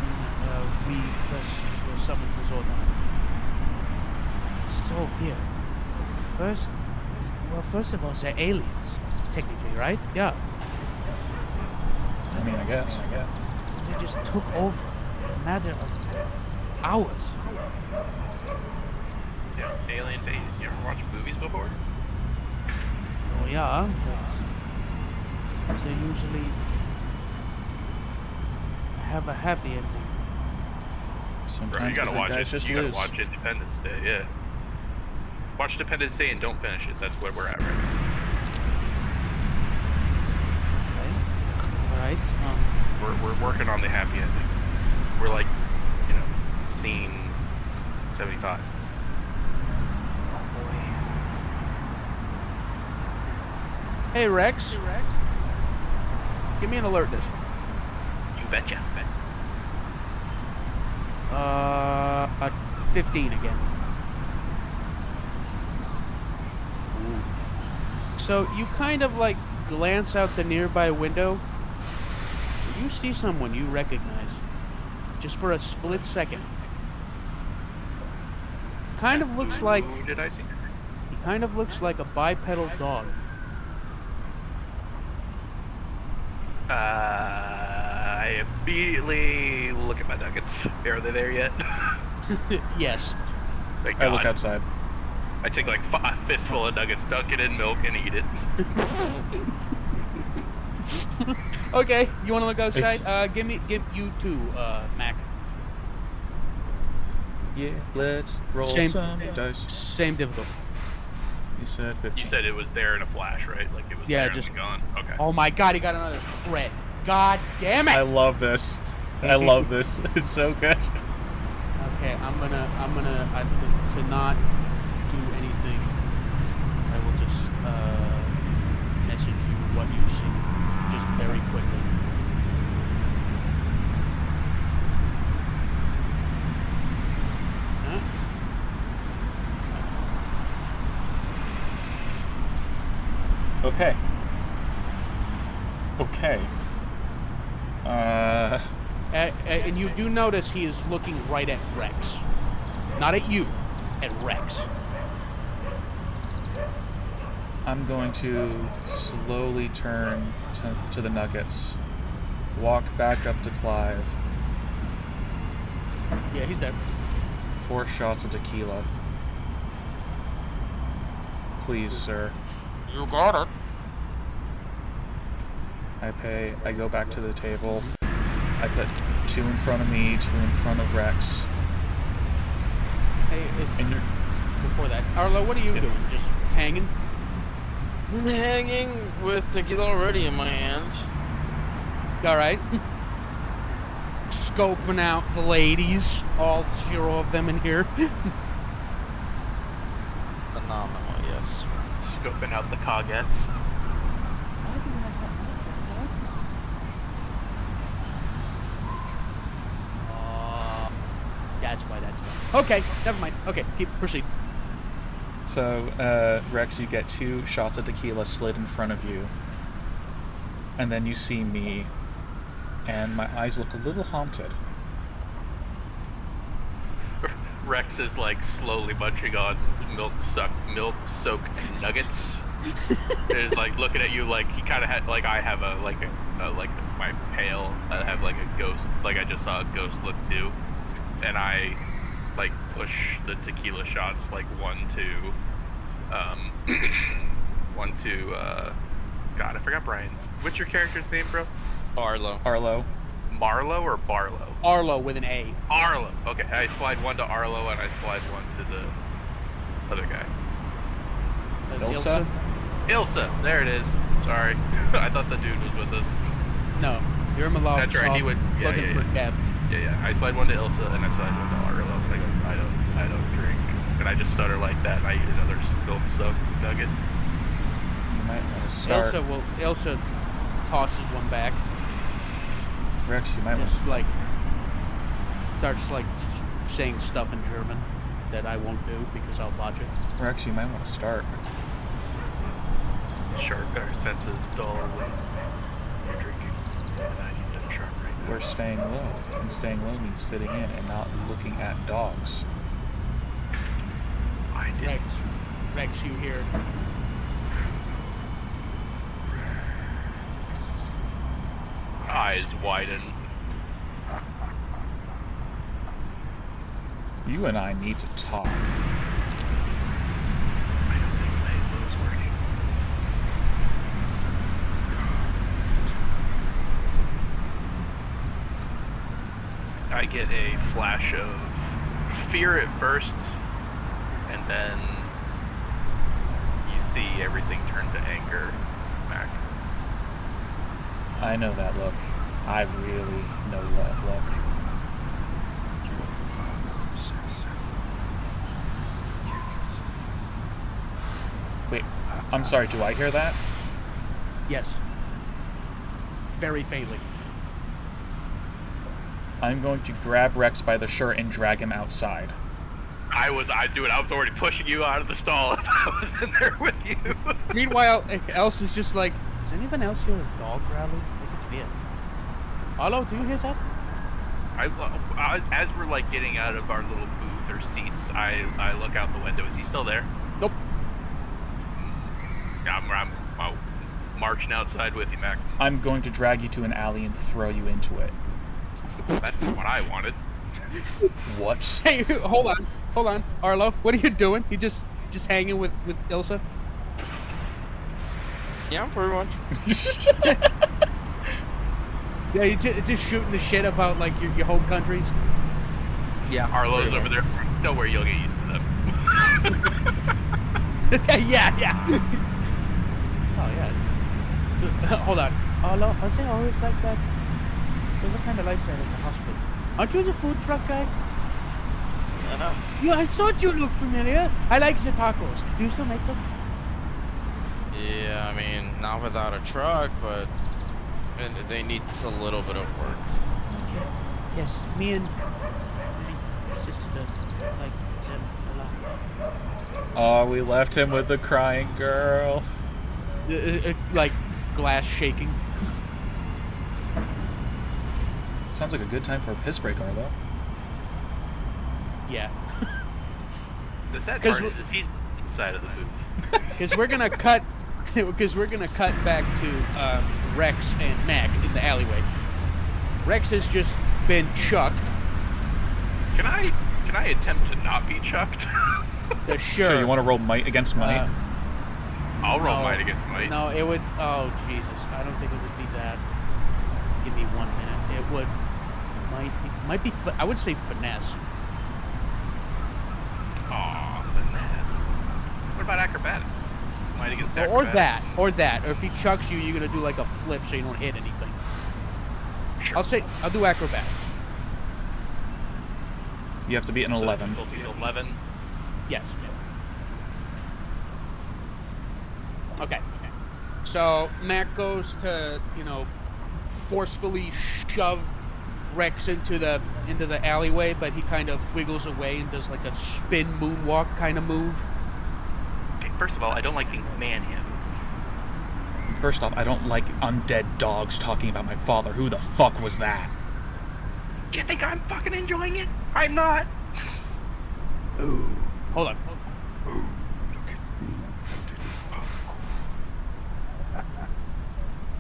Speaker 1: uh, we first were summoned to Zordon. So weird. First, well, first of all, they're aliens, technically, right? Yeah.
Speaker 2: I mean, I guess. I guess.
Speaker 1: So they just took over in a matter of hours.
Speaker 4: yeah, Alien Invasion. You ever watched movies before?
Speaker 1: Oh yeah, but they usually have a happy ending.
Speaker 2: Sometimes
Speaker 4: Bro, you gotta
Speaker 2: the good
Speaker 4: watch
Speaker 2: guys
Speaker 4: it.
Speaker 2: just
Speaker 4: you gotta
Speaker 2: lose.
Speaker 4: watch Independence Day. Yeah. Watch Independence Day and don't finish it. That's where we're at right now.
Speaker 1: Okay. All right. Um,
Speaker 4: We're, we're working on the happy ending. We're like, you know, scene 75.
Speaker 1: Hey Rex. Hey Rex. Give me an alertness.
Speaker 4: You betcha.
Speaker 1: Uh, a 15 again. So you kind of like glance out the nearby window. You see someone you recognize, just for a split second. Kind of looks
Speaker 4: Who
Speaker 1: like
Speaker 4: did I see?
Speaker 1: he kind of looks like a bipedal dog.
Speaker 4: Uh, I immediately look at my nuggets. Are they there yet?
Speaker 1: yes.
Speaker 4: Thank
Speaker 2: I look
Speaker 4: God.
Speaker 2: outside.
Speaker 4: I take like five fistful of nuggets, dunk it in milk, and eat it.
Speaker 1: Okay, you want to look outside?
Speaker 2: It's-
Speaker 1: Uh, give me, give you two, uh, Mac.
Speaker 2: Yeah, let's roll
Speaker 1: Same.
Speaker 2: some dice.
Speaker 1: Same difficulty.
Speaker 2: You said 15.
Speaker 4: You said it was there in a flash, right? Like it was
Speaker 1: Yeah,
Speaker 4: there
Speaker 1: just-
Speaker 4: and then gone. Okay.
Speaker 1: Oh my god, he got another crit. God damn
Speaker 2: I
Speaker 1: it!
Speaker 2: love this. I love this. It's so good.
Speaker 1: Okay, I'm gonna, I'm gonna, I, to not do anything, I will just, uh, message you what you see, just very quickly.
Speaker 2: Okay. Okay. Uh,
Speaker 1: Uh, uh, and you do notice he is looking right at Rex. Not at you, at Rex.
Speaker 2: I'm going to slowly turn to, to the Nuggets, walk back up to Clive,
Speaker 1: Yeah, he's there.
Speaker 2: four shots of tequila. Please, sir.
Speaker 5: You got it.
Speaker 2: I pay. I go back to the table. I put two in front of me, two in front of Rex.
Speaker 1: Hey, uh,
Speaker 2: And you're,
Speaker 1: before that, Arlo, what are you
Speaker 2: Yeah.
Speaker 1: doing? Just hanging?
Speaker 3: I'm hanging with tequila already in my hand.
Speaker 1: All right. Scoping out the ladies, all zero of them in here.
Speaker 3: Phenomenal, yes.
Speaker 4: Scoping out the cogettes.
Speaker 1: Uh, that's why that's not. Okay, never mind. Okay, keep proceed.
Speaker 2: so, uh, Rex, you get two shots of tequila slid in front of you. And then you see me, and my eyes look a little haunted.
Speaker 4: Rex is like slowly munching on milk suck milk soaked nuggets. and is like looking at you like he kind of had like I have a like a, a like my pale I have like a ghost like I just saw a ghost look too, and I like push the tequila shots like one to, um, one to uh, God I forgot Brian's. What's your character's name, bro?
Speaker 3: Arlo.
Speaker 2: Arlo,
Speaker 4: Marlowe or Barlow?
Speaker 1: Arlo with an A.
Speaker 4: Arlo. Okay, I slide one to Arlo and I slide one to the other guy.
Speaker 1: Uh,
Speaker 2: Ilsa,
Speaker 4: Ilsa, there it is. Sorry, I thought the dude was with us.
Speaker 1: Ilsa? No, you're Malov.
Speaker 4: That's right, he would- yeah,
Speaker 1: Oh, looking
Speaker 4: yeah,
Speaker 1: for
Speaker 4: yeah.
Speaker 1: death.
Speaker 4: Yeah, yeah. I slide one to Ilsa and I slide one to Arlo. And I go, I don't, I don't drink. And I just stutter like that. And I eat another milk soaked nugget.
Speaker 2: you might want to start.
Speaker 1: Ilsa will. Ilsa tosses one back,
Speaker 2: Rex, you might want
Speaker 1: just like starts like s- saying stuff in German that I won't do because I'll watch it.
Speaker 2: Rex, you might want to start.
Speaker 4: Sharp our senses dull when you're drinking. And I need them sharp right now.
Speaker 2: We're staying low, and staying low means fitting in and not looking at dogs.
Speaker 4: I did.
Speaker 1: Rex, Rex, you hear?
Speaker 4: Eyes widen.
Speaker 2: You and I need to talk.
Speaker 4: I don't think my was working. I get a flash of fear at first, and then you see everything turn to anger. Mac.
Speaker 2: I know that look. I really know that look. Wait, I'm sorry, do I hear that?
Speaker 1: Yes. Very faintly.
Speaker 2: I'm going to grab Rex by the shirt and drag him outside.
Speaker 4: I was, I do it. I was already pushing you out of the stall if I was in there with you.
Speaker 1: Meanwhile, Elsa's just like, is anyone else hear a dog growling? Like it's weird. Arlo, do you hear that?
Speaker 4: I, I, as we're like getting out of our little booth or seats, I, I look out the window. Is he still there?
Speaker 1: Nope.
Speaker 4: Yeah, I'm, I'm, I'm marching outside with you, Mac.
Speaker 2: I'm going to drag you to an alley and throw you into it.
Speaker 4: That's not what I wanted.
Speaker 2: What?
Speaker 1: Hey, hold on, hold on, Arlo. What are you doing? You just just hanging with with Ilsa?
Speaker 3: Yeah, I'm pretty much.
Speaker 1: Yeah, you ju- just shooting the shit about like your, your home countries.
Speaker 4: Yeah. Arlo's
Speaker 2: Really?
Speaker 4: over there. Don't worry, you'll get used to them.
Speaker 1: yeah, yeah. oh yes. hold on, Arlo. Was it always like that? So what kind of lifestyle at the hospital? Aren't you the food truck guy?
Speaker 3: I know.
Speaker 1: You, I thought you looked familiar. I like the tacos. Do you still make them?
Speaker 3: Yeah, I mean, not without a truck, but and they need s- a little bit of work.
Speaker 1: Okay. Yes, me and my sister like them a lot.
Speaker 2: Oh, we left him with the crying girl.
Speaker 1: Uh, uh, uh, like glass shaking.
Speaker 2: Sounds like a good time for a piss break, Arlo.
Speaker 1: Yeah.
Speaker 4: The sad
Speaker 1: 'Cause
Speaker 4: part
Speaker 1: w-
Speaker 4: is, is he's inside of the booth.
Speaker 1: because we're gonna cut because we're gonna cut back to um, rex and mac in the alleyway rex has just been chucked
Speaker 4: Can I can I attempt to not be chucked?
Speaker 1: the sure
Speaker 2: So you want to roll might against might?
Speaker 1: Uh,
Speaker 4: I'll roll
Speaker 1: No.
Speaker 4: mine against might.
Speaker 1: no it would oh jesus i don't think it would be that give me one minute it would might be, might be fi- i would say finesse
Speaker 4: Aw, finesse. What about acrobatics? Might against
Speaker 1: or, or
Speaker 4: acrobatics.
Speaker 1: that or that or if he chucks you you're gonna do like a flip so you don't hit anything
Speaker 4: Sure.
Speaker 1: i'll say i'll do acrobatics
Speaker 2: you have to beat an
Speaker 4: So the
Speaker 2: 11.
Speaker 4: difficulty's Eleven.
Speaker 1: Yes. Okay. okay. So Mac goes to you know forcefully shove Rex into the into the alleyway, but he kind of wiggles away and does like a spin moonwalk kind of move.
Speaker 4: Okay, first of all, I don't like being manhandled.
Speaker 2: First off, I don't like undead dogs talking about my father. Who the fuck was that?
Speaker 4: You think I'm fucking enjoying it? I'm not.
Speaker 1: Hold on.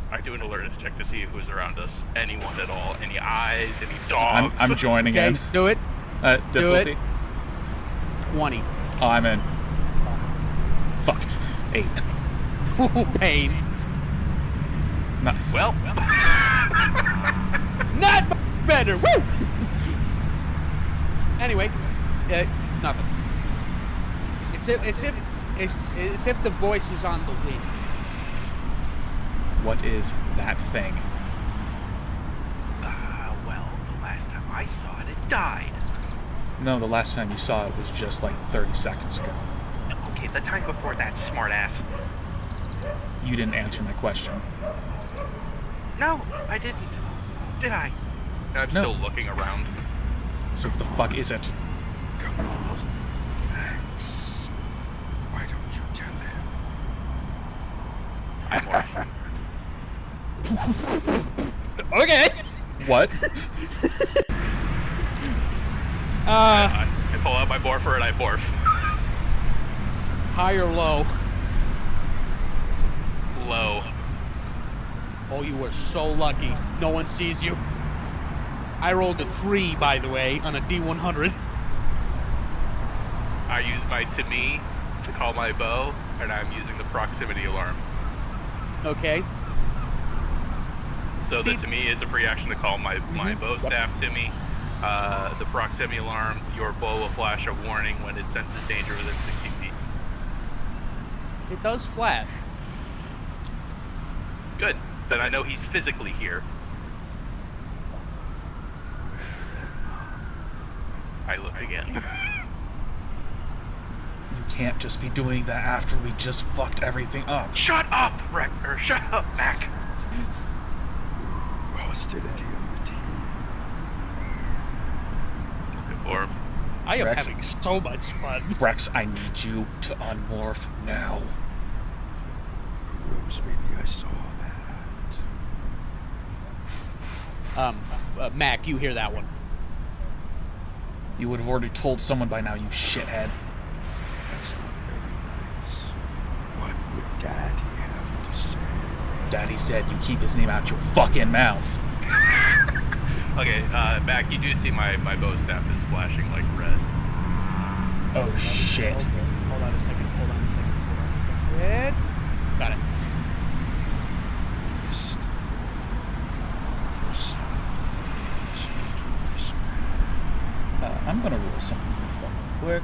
Speaker 4: I do an alertness check to see who's around us. Anyone at all? Any eyes? Any dogs?
Speaker 2: I'm, I'm joining
Speaker 1: Oh, Okay,
Speaker 2: in.
Speaker 1: do it.
Speaker 2: Uh,
Speaker 1: Do it.
Speaker 2: difficulty?
Speaker 1: Twenty.
Speaker 2: Oh, I'm in. Fuck. Eight.
Speaker 1: Ooh, pain.
Speaker 2: Not,
Speaker 4: well, Ah,
Speaker 1: Not better. Woo. anyway, uh, nothing. It's if, it's if it's, it's if the voice is on the wind.
Speaker 2: what is that thing?
Speaker 4: Ah, well, the last time I saw it, it died.
Speaker 2: No, the last time you saw it was just like 30 seconds ago.
Speaker 4: Okay, the time before that, smartass.
Speaker 2: You didn't answer my question.
Speaker 4: No, I didn't. Did I? I'm
Speaker 2: No.
Speaker 4: still looking around.
Speaker 2: So who the fuck is it?
Speaker 6: Come on, Max. Why don't you tell him?
Speaker 4: I'm Orphan.
Speaker 1: Okay.
Speaker 2: What?
Speaker 1: Uh,
Speaker 4: I I pull out my morpher and I morph.
Speaker 1: high or low?
Speaker 4: Low.
Speaker 1: Oh, you were so lucky. No one sees you. I rolled a three, by the way, on a D100.
Speaker 4: I use my to me to call my bow, and I'm using the proximity alarm.
Speaker 1: Okay.
Speaker 4: So the
Speaker 1: Beep.
Speaker 4: to me is a free action to call my, my
Speaker 1: Mhm.
Speaker 4: bow staff to me. Uh, the proximity alarm, your bow will flash a warning when it senses danger within 60 feet.
Speaker 1: It does flash.
Speaker 4: Good. Then I know he's physically here. I look again.
Speaker 2: You can't just be doing that after we just fucked everything up.
Speaker 4: Shut up, Rex, or shut up, Mac.
Speaker 6: Hostility on the team.
Speaker 4: Looking for him.
Speaker 1: I am
Speaker 2: Rex.
Speaker 1: having so much fun.
Speaker 2: Rex, I need you to unmorph now.
Speaker 6: Rose, maybe I saw that.
Speaker 1: Um, uh, Mac, you hear that one?
Speaker 2: You would have already told someone by now, you shithead.
Speaker 6: That's not very nice. What would Daddy have to say?
Speaker 2: Daddy said you keep his name out your fucking mouth.
Speaker 4: Okay, uh, Mac, you do see my, my bow staff is flashing like red.
Speaker 2: Oh shit.
Speaker 1: Hold on a second. Hold on a second. Hold on a second. Got it.
Speaker 6: Mr. Ford, your son is not a nice man.
Speaker 2: Uh, I'm gonna roll something real fucking quick.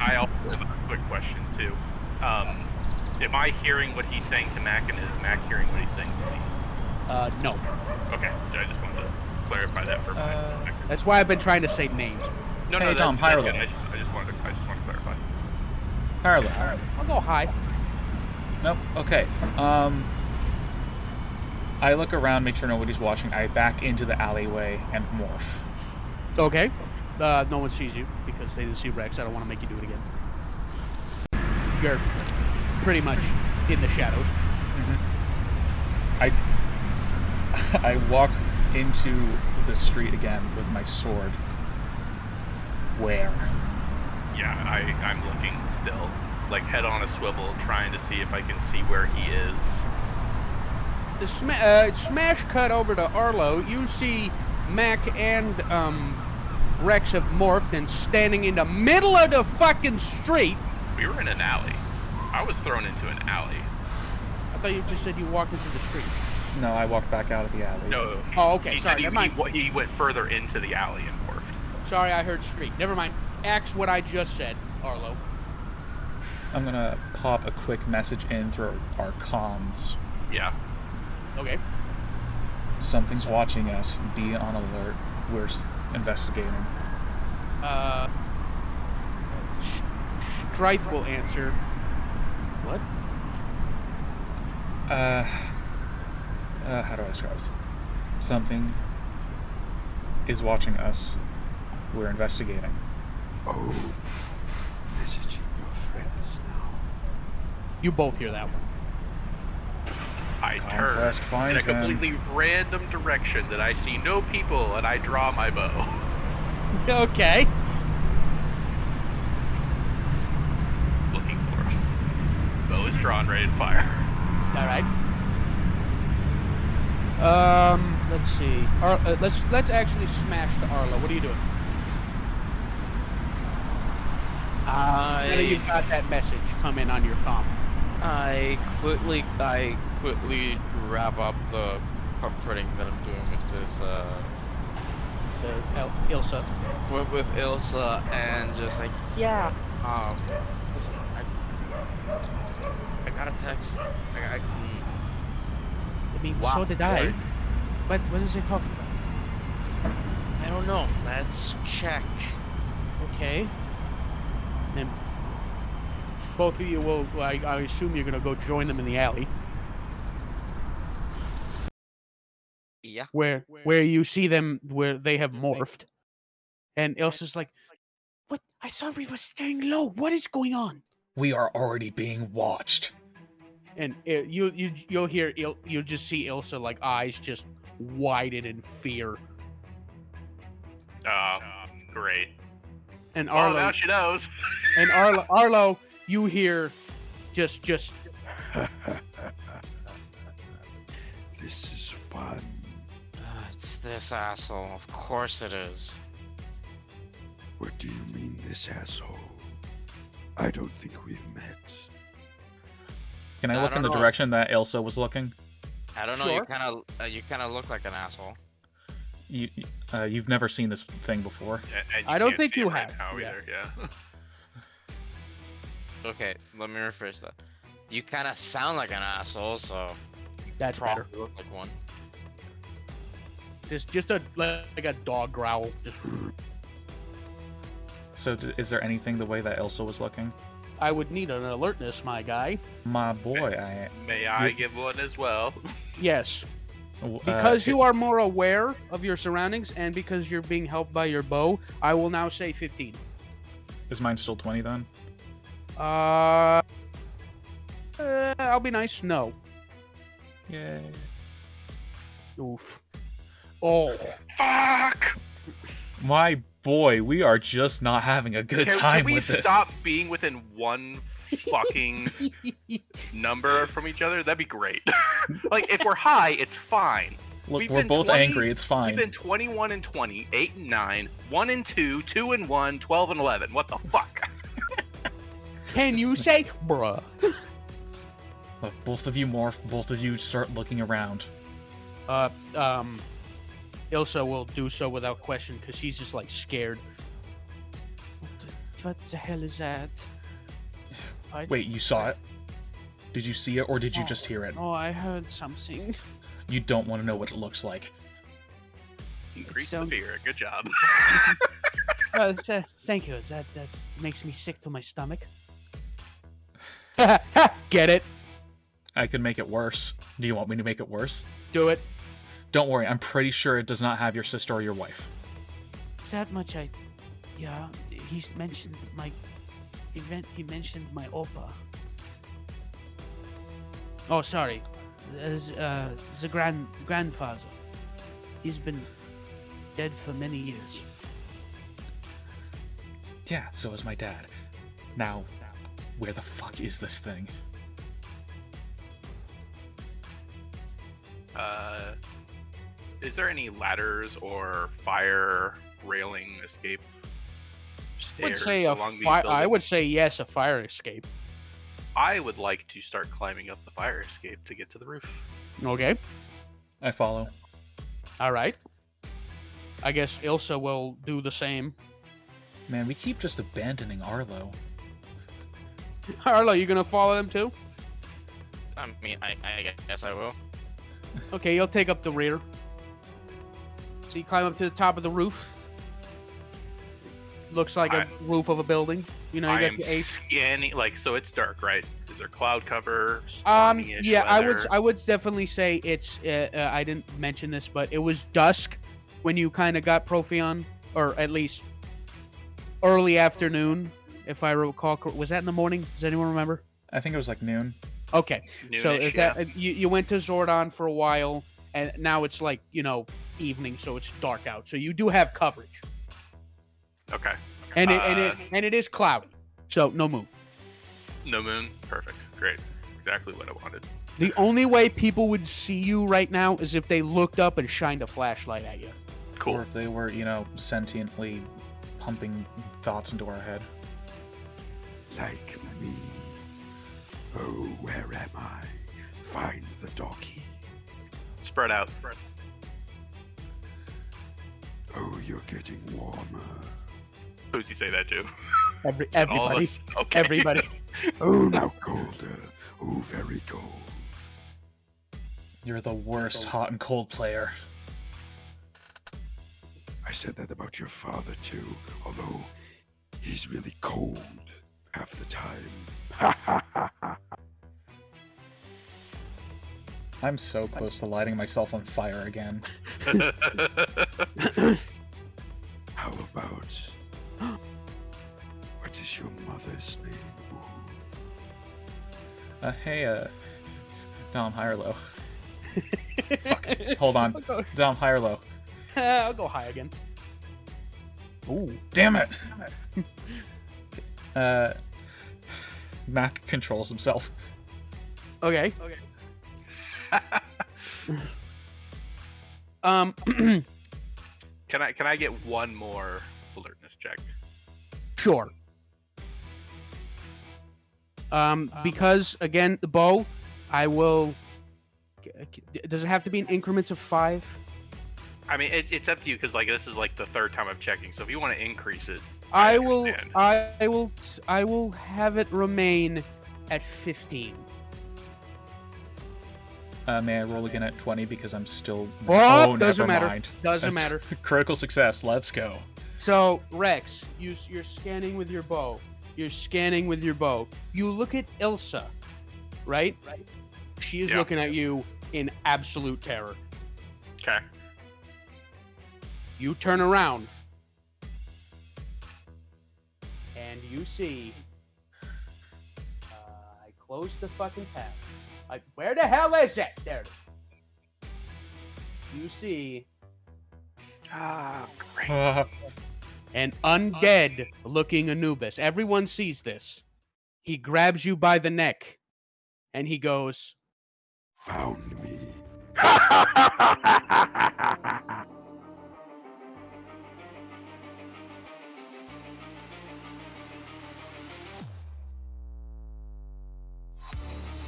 Speaker 4: I also have a quick question too. Um, am I hearing what he's saying to Mac, and is Mac hearing what he's saying to me?
Speaker 1: Uh, no.
Speaker 4: Okay, I just wanted to clarify that for my.
Speaker 2: Uh,
Speaker 1: That's why I've been trying to say names.
Speaker 4: no,
Speaker 2: hey,
Speaker 4: no, that's,
Speaker 2: Dom,
Speaker 4: that's
Speaker 2: higher
Speaker 4: good. I
Speaker 2: level.
Speaker 4: just, I just wanted, to, I just wanted to clarify.
Speaker 2: Harlan.
Speaker 1: I'll go high.
Speaker 2: Nope. Okay. Um, I look around, make sure nobody's watching. I back into the alleyway and morph.
Speaker 1: Okay. Uh, no one sees you because they didn't see Rex. I don't want to make you do it again. You're pretty much in the shadows.
Speaker 2: I walk into the street again with my sword. Where?
Speaker 4: Yeah, I, I'm looking still, like head on a swivel, trying to see if I can see where he is.
Speaker 1: The sma- uh, smash cut over to Arlo. You see Mac and um, Rex have morphed and standing in the middle of the fucking street.
Speaker 4: We were in an alley. I was thrown into an alley.
Speaker 1: I thought you just said you walked into the street.
Speaker 2: No, I walked back out of the alley.
Speaker 4: No. he-
Speaker 1: Oh, okay.
Speaker 4: He
Speaker 1: Sorry,
Speaker 4: said he,
Speaker 1: never mind.
Speaker 4: he, wa- he went further into the alley and morphed.
Speaker 1: Sorry, I heard street. Never mind. Axe what I just said, Arlo.
Speaker 2: I'm gonna pop a quick message in through our comms.
Speaker 4: Yeah.
Speaker 1: Okay.
Speaker 2: Something's watching us. Be on alert. We're s- investigating.
Speaker 1: Uh, sh- Strife will answer. What?
Speaker 2: Uh, uh, how do I describe this? Something is watching us. We're investigating.
Speaker 6: Oh, messaging your friends now.
Speaker 1: You both hear that one.
Speaker 4: I
Speaker 2: Conquest
Speaker 4: turned in a
Speaker 2: finds them.
Speaker 4: completely random direction that I see no people and I draw my bow.
Speaker 1: Okay.
Speaker 4: Looking for him. Bow is drawn, ready to fire.
Speaker 1: All right. Um, let's see. Ar- uh, let's let's actually smash the Arlo. What are you doing? Now that
Speaker 3: I
Speaker 1: you've got that message come in on your comm.
Speaker 3: I quickly I quickly wrap up the comforting that I'm doing with this uh
Speaker 1: The El- Ilsa.
Speaker 3: with, with Ilsa and just like yeah um listen I I got a text I, I mm,
Speaker 1: I mean,
Speaker 3: Wow.
Speaker 1: so did I. But what is it talking about?
Speaker 3: I don't know let's check
Speaker 1: Okay. Then both of you will. I, I assume you're gonna go join them in the alley,
Speaker 3: yeah
Speaker 1: where where you see them, where they have morphed. And Ilsa's like, "What? I saw we were staying low. What is going on?"
Speaker 2: We are already being watched.
Speaker 1: and it, you you you'll hear Il, you'll just see Ilsa like eyes just widen in fear,
Speaker 4: Oh, great.
Speaker 1: and
Speaker 4: Oh,
Speaker 1: Arlo
Speaker 4: now she knows.
Speaker 1: and Arlo Arlo you hear just just
Speaker 6: This is fun.
Speaker 3: uh, it's this asshole of course it is
Speaker 6: What do you mean, this asshole? I don't think we've met.
Speaker 2: Can
Speaker 3: I
Speaker 2: I look in
Speaker 3: don't
Speaker 2: the
Speaker 3: know.
Speaker 2: direction that Elsa was looking?
Speaker 3: I don't know
Speaker 1: Sure.
Speaker 3: you kind of uh, you kind of look like an asshole
Speaker 2: You, uh, you've never seen this thing before.
Speaker 4: And- and
Speaker 1: I don't
Speaker 4: can't
Speaker 1: think
Speaker 4: see
Speaker 1: you
Speaker 4: it right
Speaker 1: have,
Speaker 4: now
Speaker 1: yeah.
Speaker 4: either. Yeah.
Speaker 3: okay let me rephrase that you kind of sound like an asshole so
Speaker 1: that's
Speaker 3: probably
Speaker 1: better
Speaker 3: look like one
Speaker 1: just just a like a dog growl just
Speaker 2: So, d- is there anything the way that Elsa was looking?
Speaker 1: I would need an alertness my guy
Speaker 2: My boy, I
Speaker 4: May I
Speaker 2: You-
Speaker 4: give one as well?
Speaker 1: yes
Speaker 2: w- uh,
Speaker 1: because
Speaker 2: it-
Speaker 1: you are more aware of your surroundings and because you're being helped by your bow I will now say fifteen
Speaker 2: is mine still twenty then?
Speaker 1: uh, uh I'll be nice no
Speaker 2: Yay!
Speaker 1: oof oh
Speaker 4: Fuck!
Speaker 2: My boy, we are just not having a good
Speaker 4: can,
Speaker 2: time
Speaker 4: can we
Speaker 2: with this.
Speaker 4: stop being within one fucking number from each other? That'd be great. like, if we're high, it's fine.
Speaker 2: Look,
Speaker 4: We've
Speaker 2: we're
Speaker 4: been
Speaker 2: both
Speaker 4: 20
Speaker 2: angry. It's fine.
Speaker 4: We've been 21 and 20, 8 and 9, 1 and 2, 2 and 1, 12 and 11. What the fuck?
Speaker 1: can you say bruh.
Speaker 2: Look, both of you morph. Both of you start looking around.
Speaker 1: uh, um, Ilsa will do so without question because she's just like scared. What the, what the hell is that? I-
Speaker 2: Wait, you saw it? Did you see it, or did you just hear it?
Speaker 1: Oh, I heard something.
Speaker 2: You don't want to know what it looks like.
Speaker 4: Increase
Speaker 1: sound-
Speaker 4: the fear. Good job.
Speaker 1: Uh, th- thank you. That that's, makes me sick to my stomach. Get it?
Speaker 2: I could make it worse. Do you want me to make it worse?
Speaker 1: Do it.
Speaker 2: Don't worry, I'm pretty sure it does not have your sister or your wife.
Speaker 7: It's that much I. Yeah, he's mentioned my. He, men- he mentioned my opa.
Speaker 1: Oh, sorry. As, uh, the grand grandfather. He's been dead for many years.
Speaker 2: Yeah, so is my dad. Now, where the fuck is this thing?
Speaker 4: Uh, is there any ladders or fire railing escape?
Speaker 1: I would
Speaker 4: stairs
Speaker 1: say a
Speaker 4: along these
Speaker 1: fire. I
Speaker 4: buildings?
Speaker 1: would say yes, a fire escape.
Speaker 4: I would like to start climbing up the fire escape to get to the roof.
Speaker 1: Okay.
Speaker 2: I follow.
Speaker 1: All right. I guess Ilsa will do the same.
Speaker 2: Man, we keep just abandoning Arlo.
Speaker 1: Arlo, you gonna follow them too?
Speaker 3: I mean, I, I guess I will.
Speaker 1: Okay, you'll take up the rear. So you climb up to the top of the roof. Looks like a roof of a building. You know, you
Speaker 4: I
Speaker 1: got
Speaker 4: am
Speaker 1: the eight.
Speaker 4: scanning, like, so it's dark, right? Is there cloud cover?
Speaker 1: Um,
Speaker 4: stormy-ish
Speaker 1: yeah, I would,
Speaker 4: weather?
Speaker 1: I would definitely say it's. Uh, uh, I didn't mention this, but it was dusk when you kind of got Profion, or at least early afternoon, if I recall. cor- Was that in the morning? Does anyone remember?
Speaker 2: I think it was like noon.
Speaker 1: Okay, so
Speaker 4: Noonish,
Speaker 1: is
Speaker 4: yeah.
Speaker 1: that you, you went to Zordon for a while, and now it's like you know evening, so it's dark out. So you do have coverage,
Speaker 4: okay?
Speaker 1: and it, and it
Speaker 4: Uh,
Speaker 1: and it is cloudy, so no moon.
Speaker 4: No moon, perfect, great, exactly what I wanted.
Speaker 1: The only way people would see you right now is if they looked up and shined a flashlight at you.
Speaker 2: Or
Speaker 4: Cool.
Speaker 2: if they were, you know, sentiently pumping thoughts into our head.
Speaker 6: Like me. Oh, where am I? Find the doggy.
Speaker 4: Spread out.
Speaker 6: Oh, you're getting warmer.
Speaker 4: Who's he say that to?
Speaker 1: Every,
Speaker 4: All of
Speaker 1: everybody,
Speaker 4: us. Okay.
Speaker 1: everybody.
Speaker 6: Oh, now colder. Oh, very cold.
Speaker 2: You're the worst hot and cold player.
Speaker 6: I said that about your father, too, although he's really cold half the time.
Speaker 2: I'm so close to lighting myself on fire again.
Speaker 6: How about. What is your mother's name? Ooh,
Speaker 2: Uh, hey, uh, Dom, high or low? Fuck. Hold
Speaker 1: I'll
Speaker 2: on.
Speaker 1: go,
Speaker 2: Dom, high or low?
Speaker 1: "Eh, I'll go high again. Ooh.
Speaker 2: Damn it! uh, Mac controls himself.
Speaker 1: Okay. Okay. Um.
Speaker 4: can I can I get one more alertness check?
Speaker 1: sure. Um. Because again, the bow, I will. Does it have to be in increments of five?
Speaker 4: I mean, it, it's up to you because like this is like the third time I'm checking. So if you want to increase it, I
Speaker 1: I will.
Speaker 4: understand.
Speaker 1: I will. I will have it remain at fifteen.
Speaker 2: Uh, may I roll again at 20 because I'm still.
Speaker 1: Oh, doesn't
Speaker 2: never
Speaker 1: matter.
Speaker 2: mind.
Speaker 1: Doesn't matter.
Speaker 2: Critical success. Let's go.
Speaker 1: So Rex, you you're scanning with your bow. You're scanning with your bow. You look at Ilsa, right? Right. She is
Speaker 4: Yeah.
Speaker 1: looking at you in absolute terror.
Speaker 4: okay.
Speaker 1: You turn around, and you see. Uh, I closed the fucking tab. I, where the hell is it? There it is. You see
Speaker 4: Ah, great.
Speaker 2: Uh,
Speaker 1: an undead looking Anubis. Everyone sees this. He grabs you by the neck and he goes,
Speaker 6: Found me.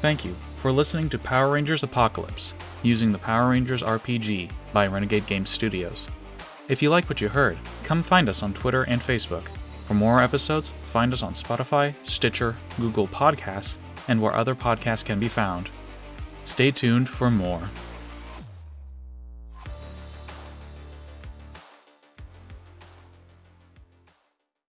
Speaker 2: Thank you for listening to Power Rangers Apocalypse using the Power Rangers RPG by Renegade Games Studios. If you like what you heard, come find us on Twitter and Facebook. For more episodes, find us on Spotify, Stitcher, Google Podcasts, and where other podcasts can be found. Stay tuned for more.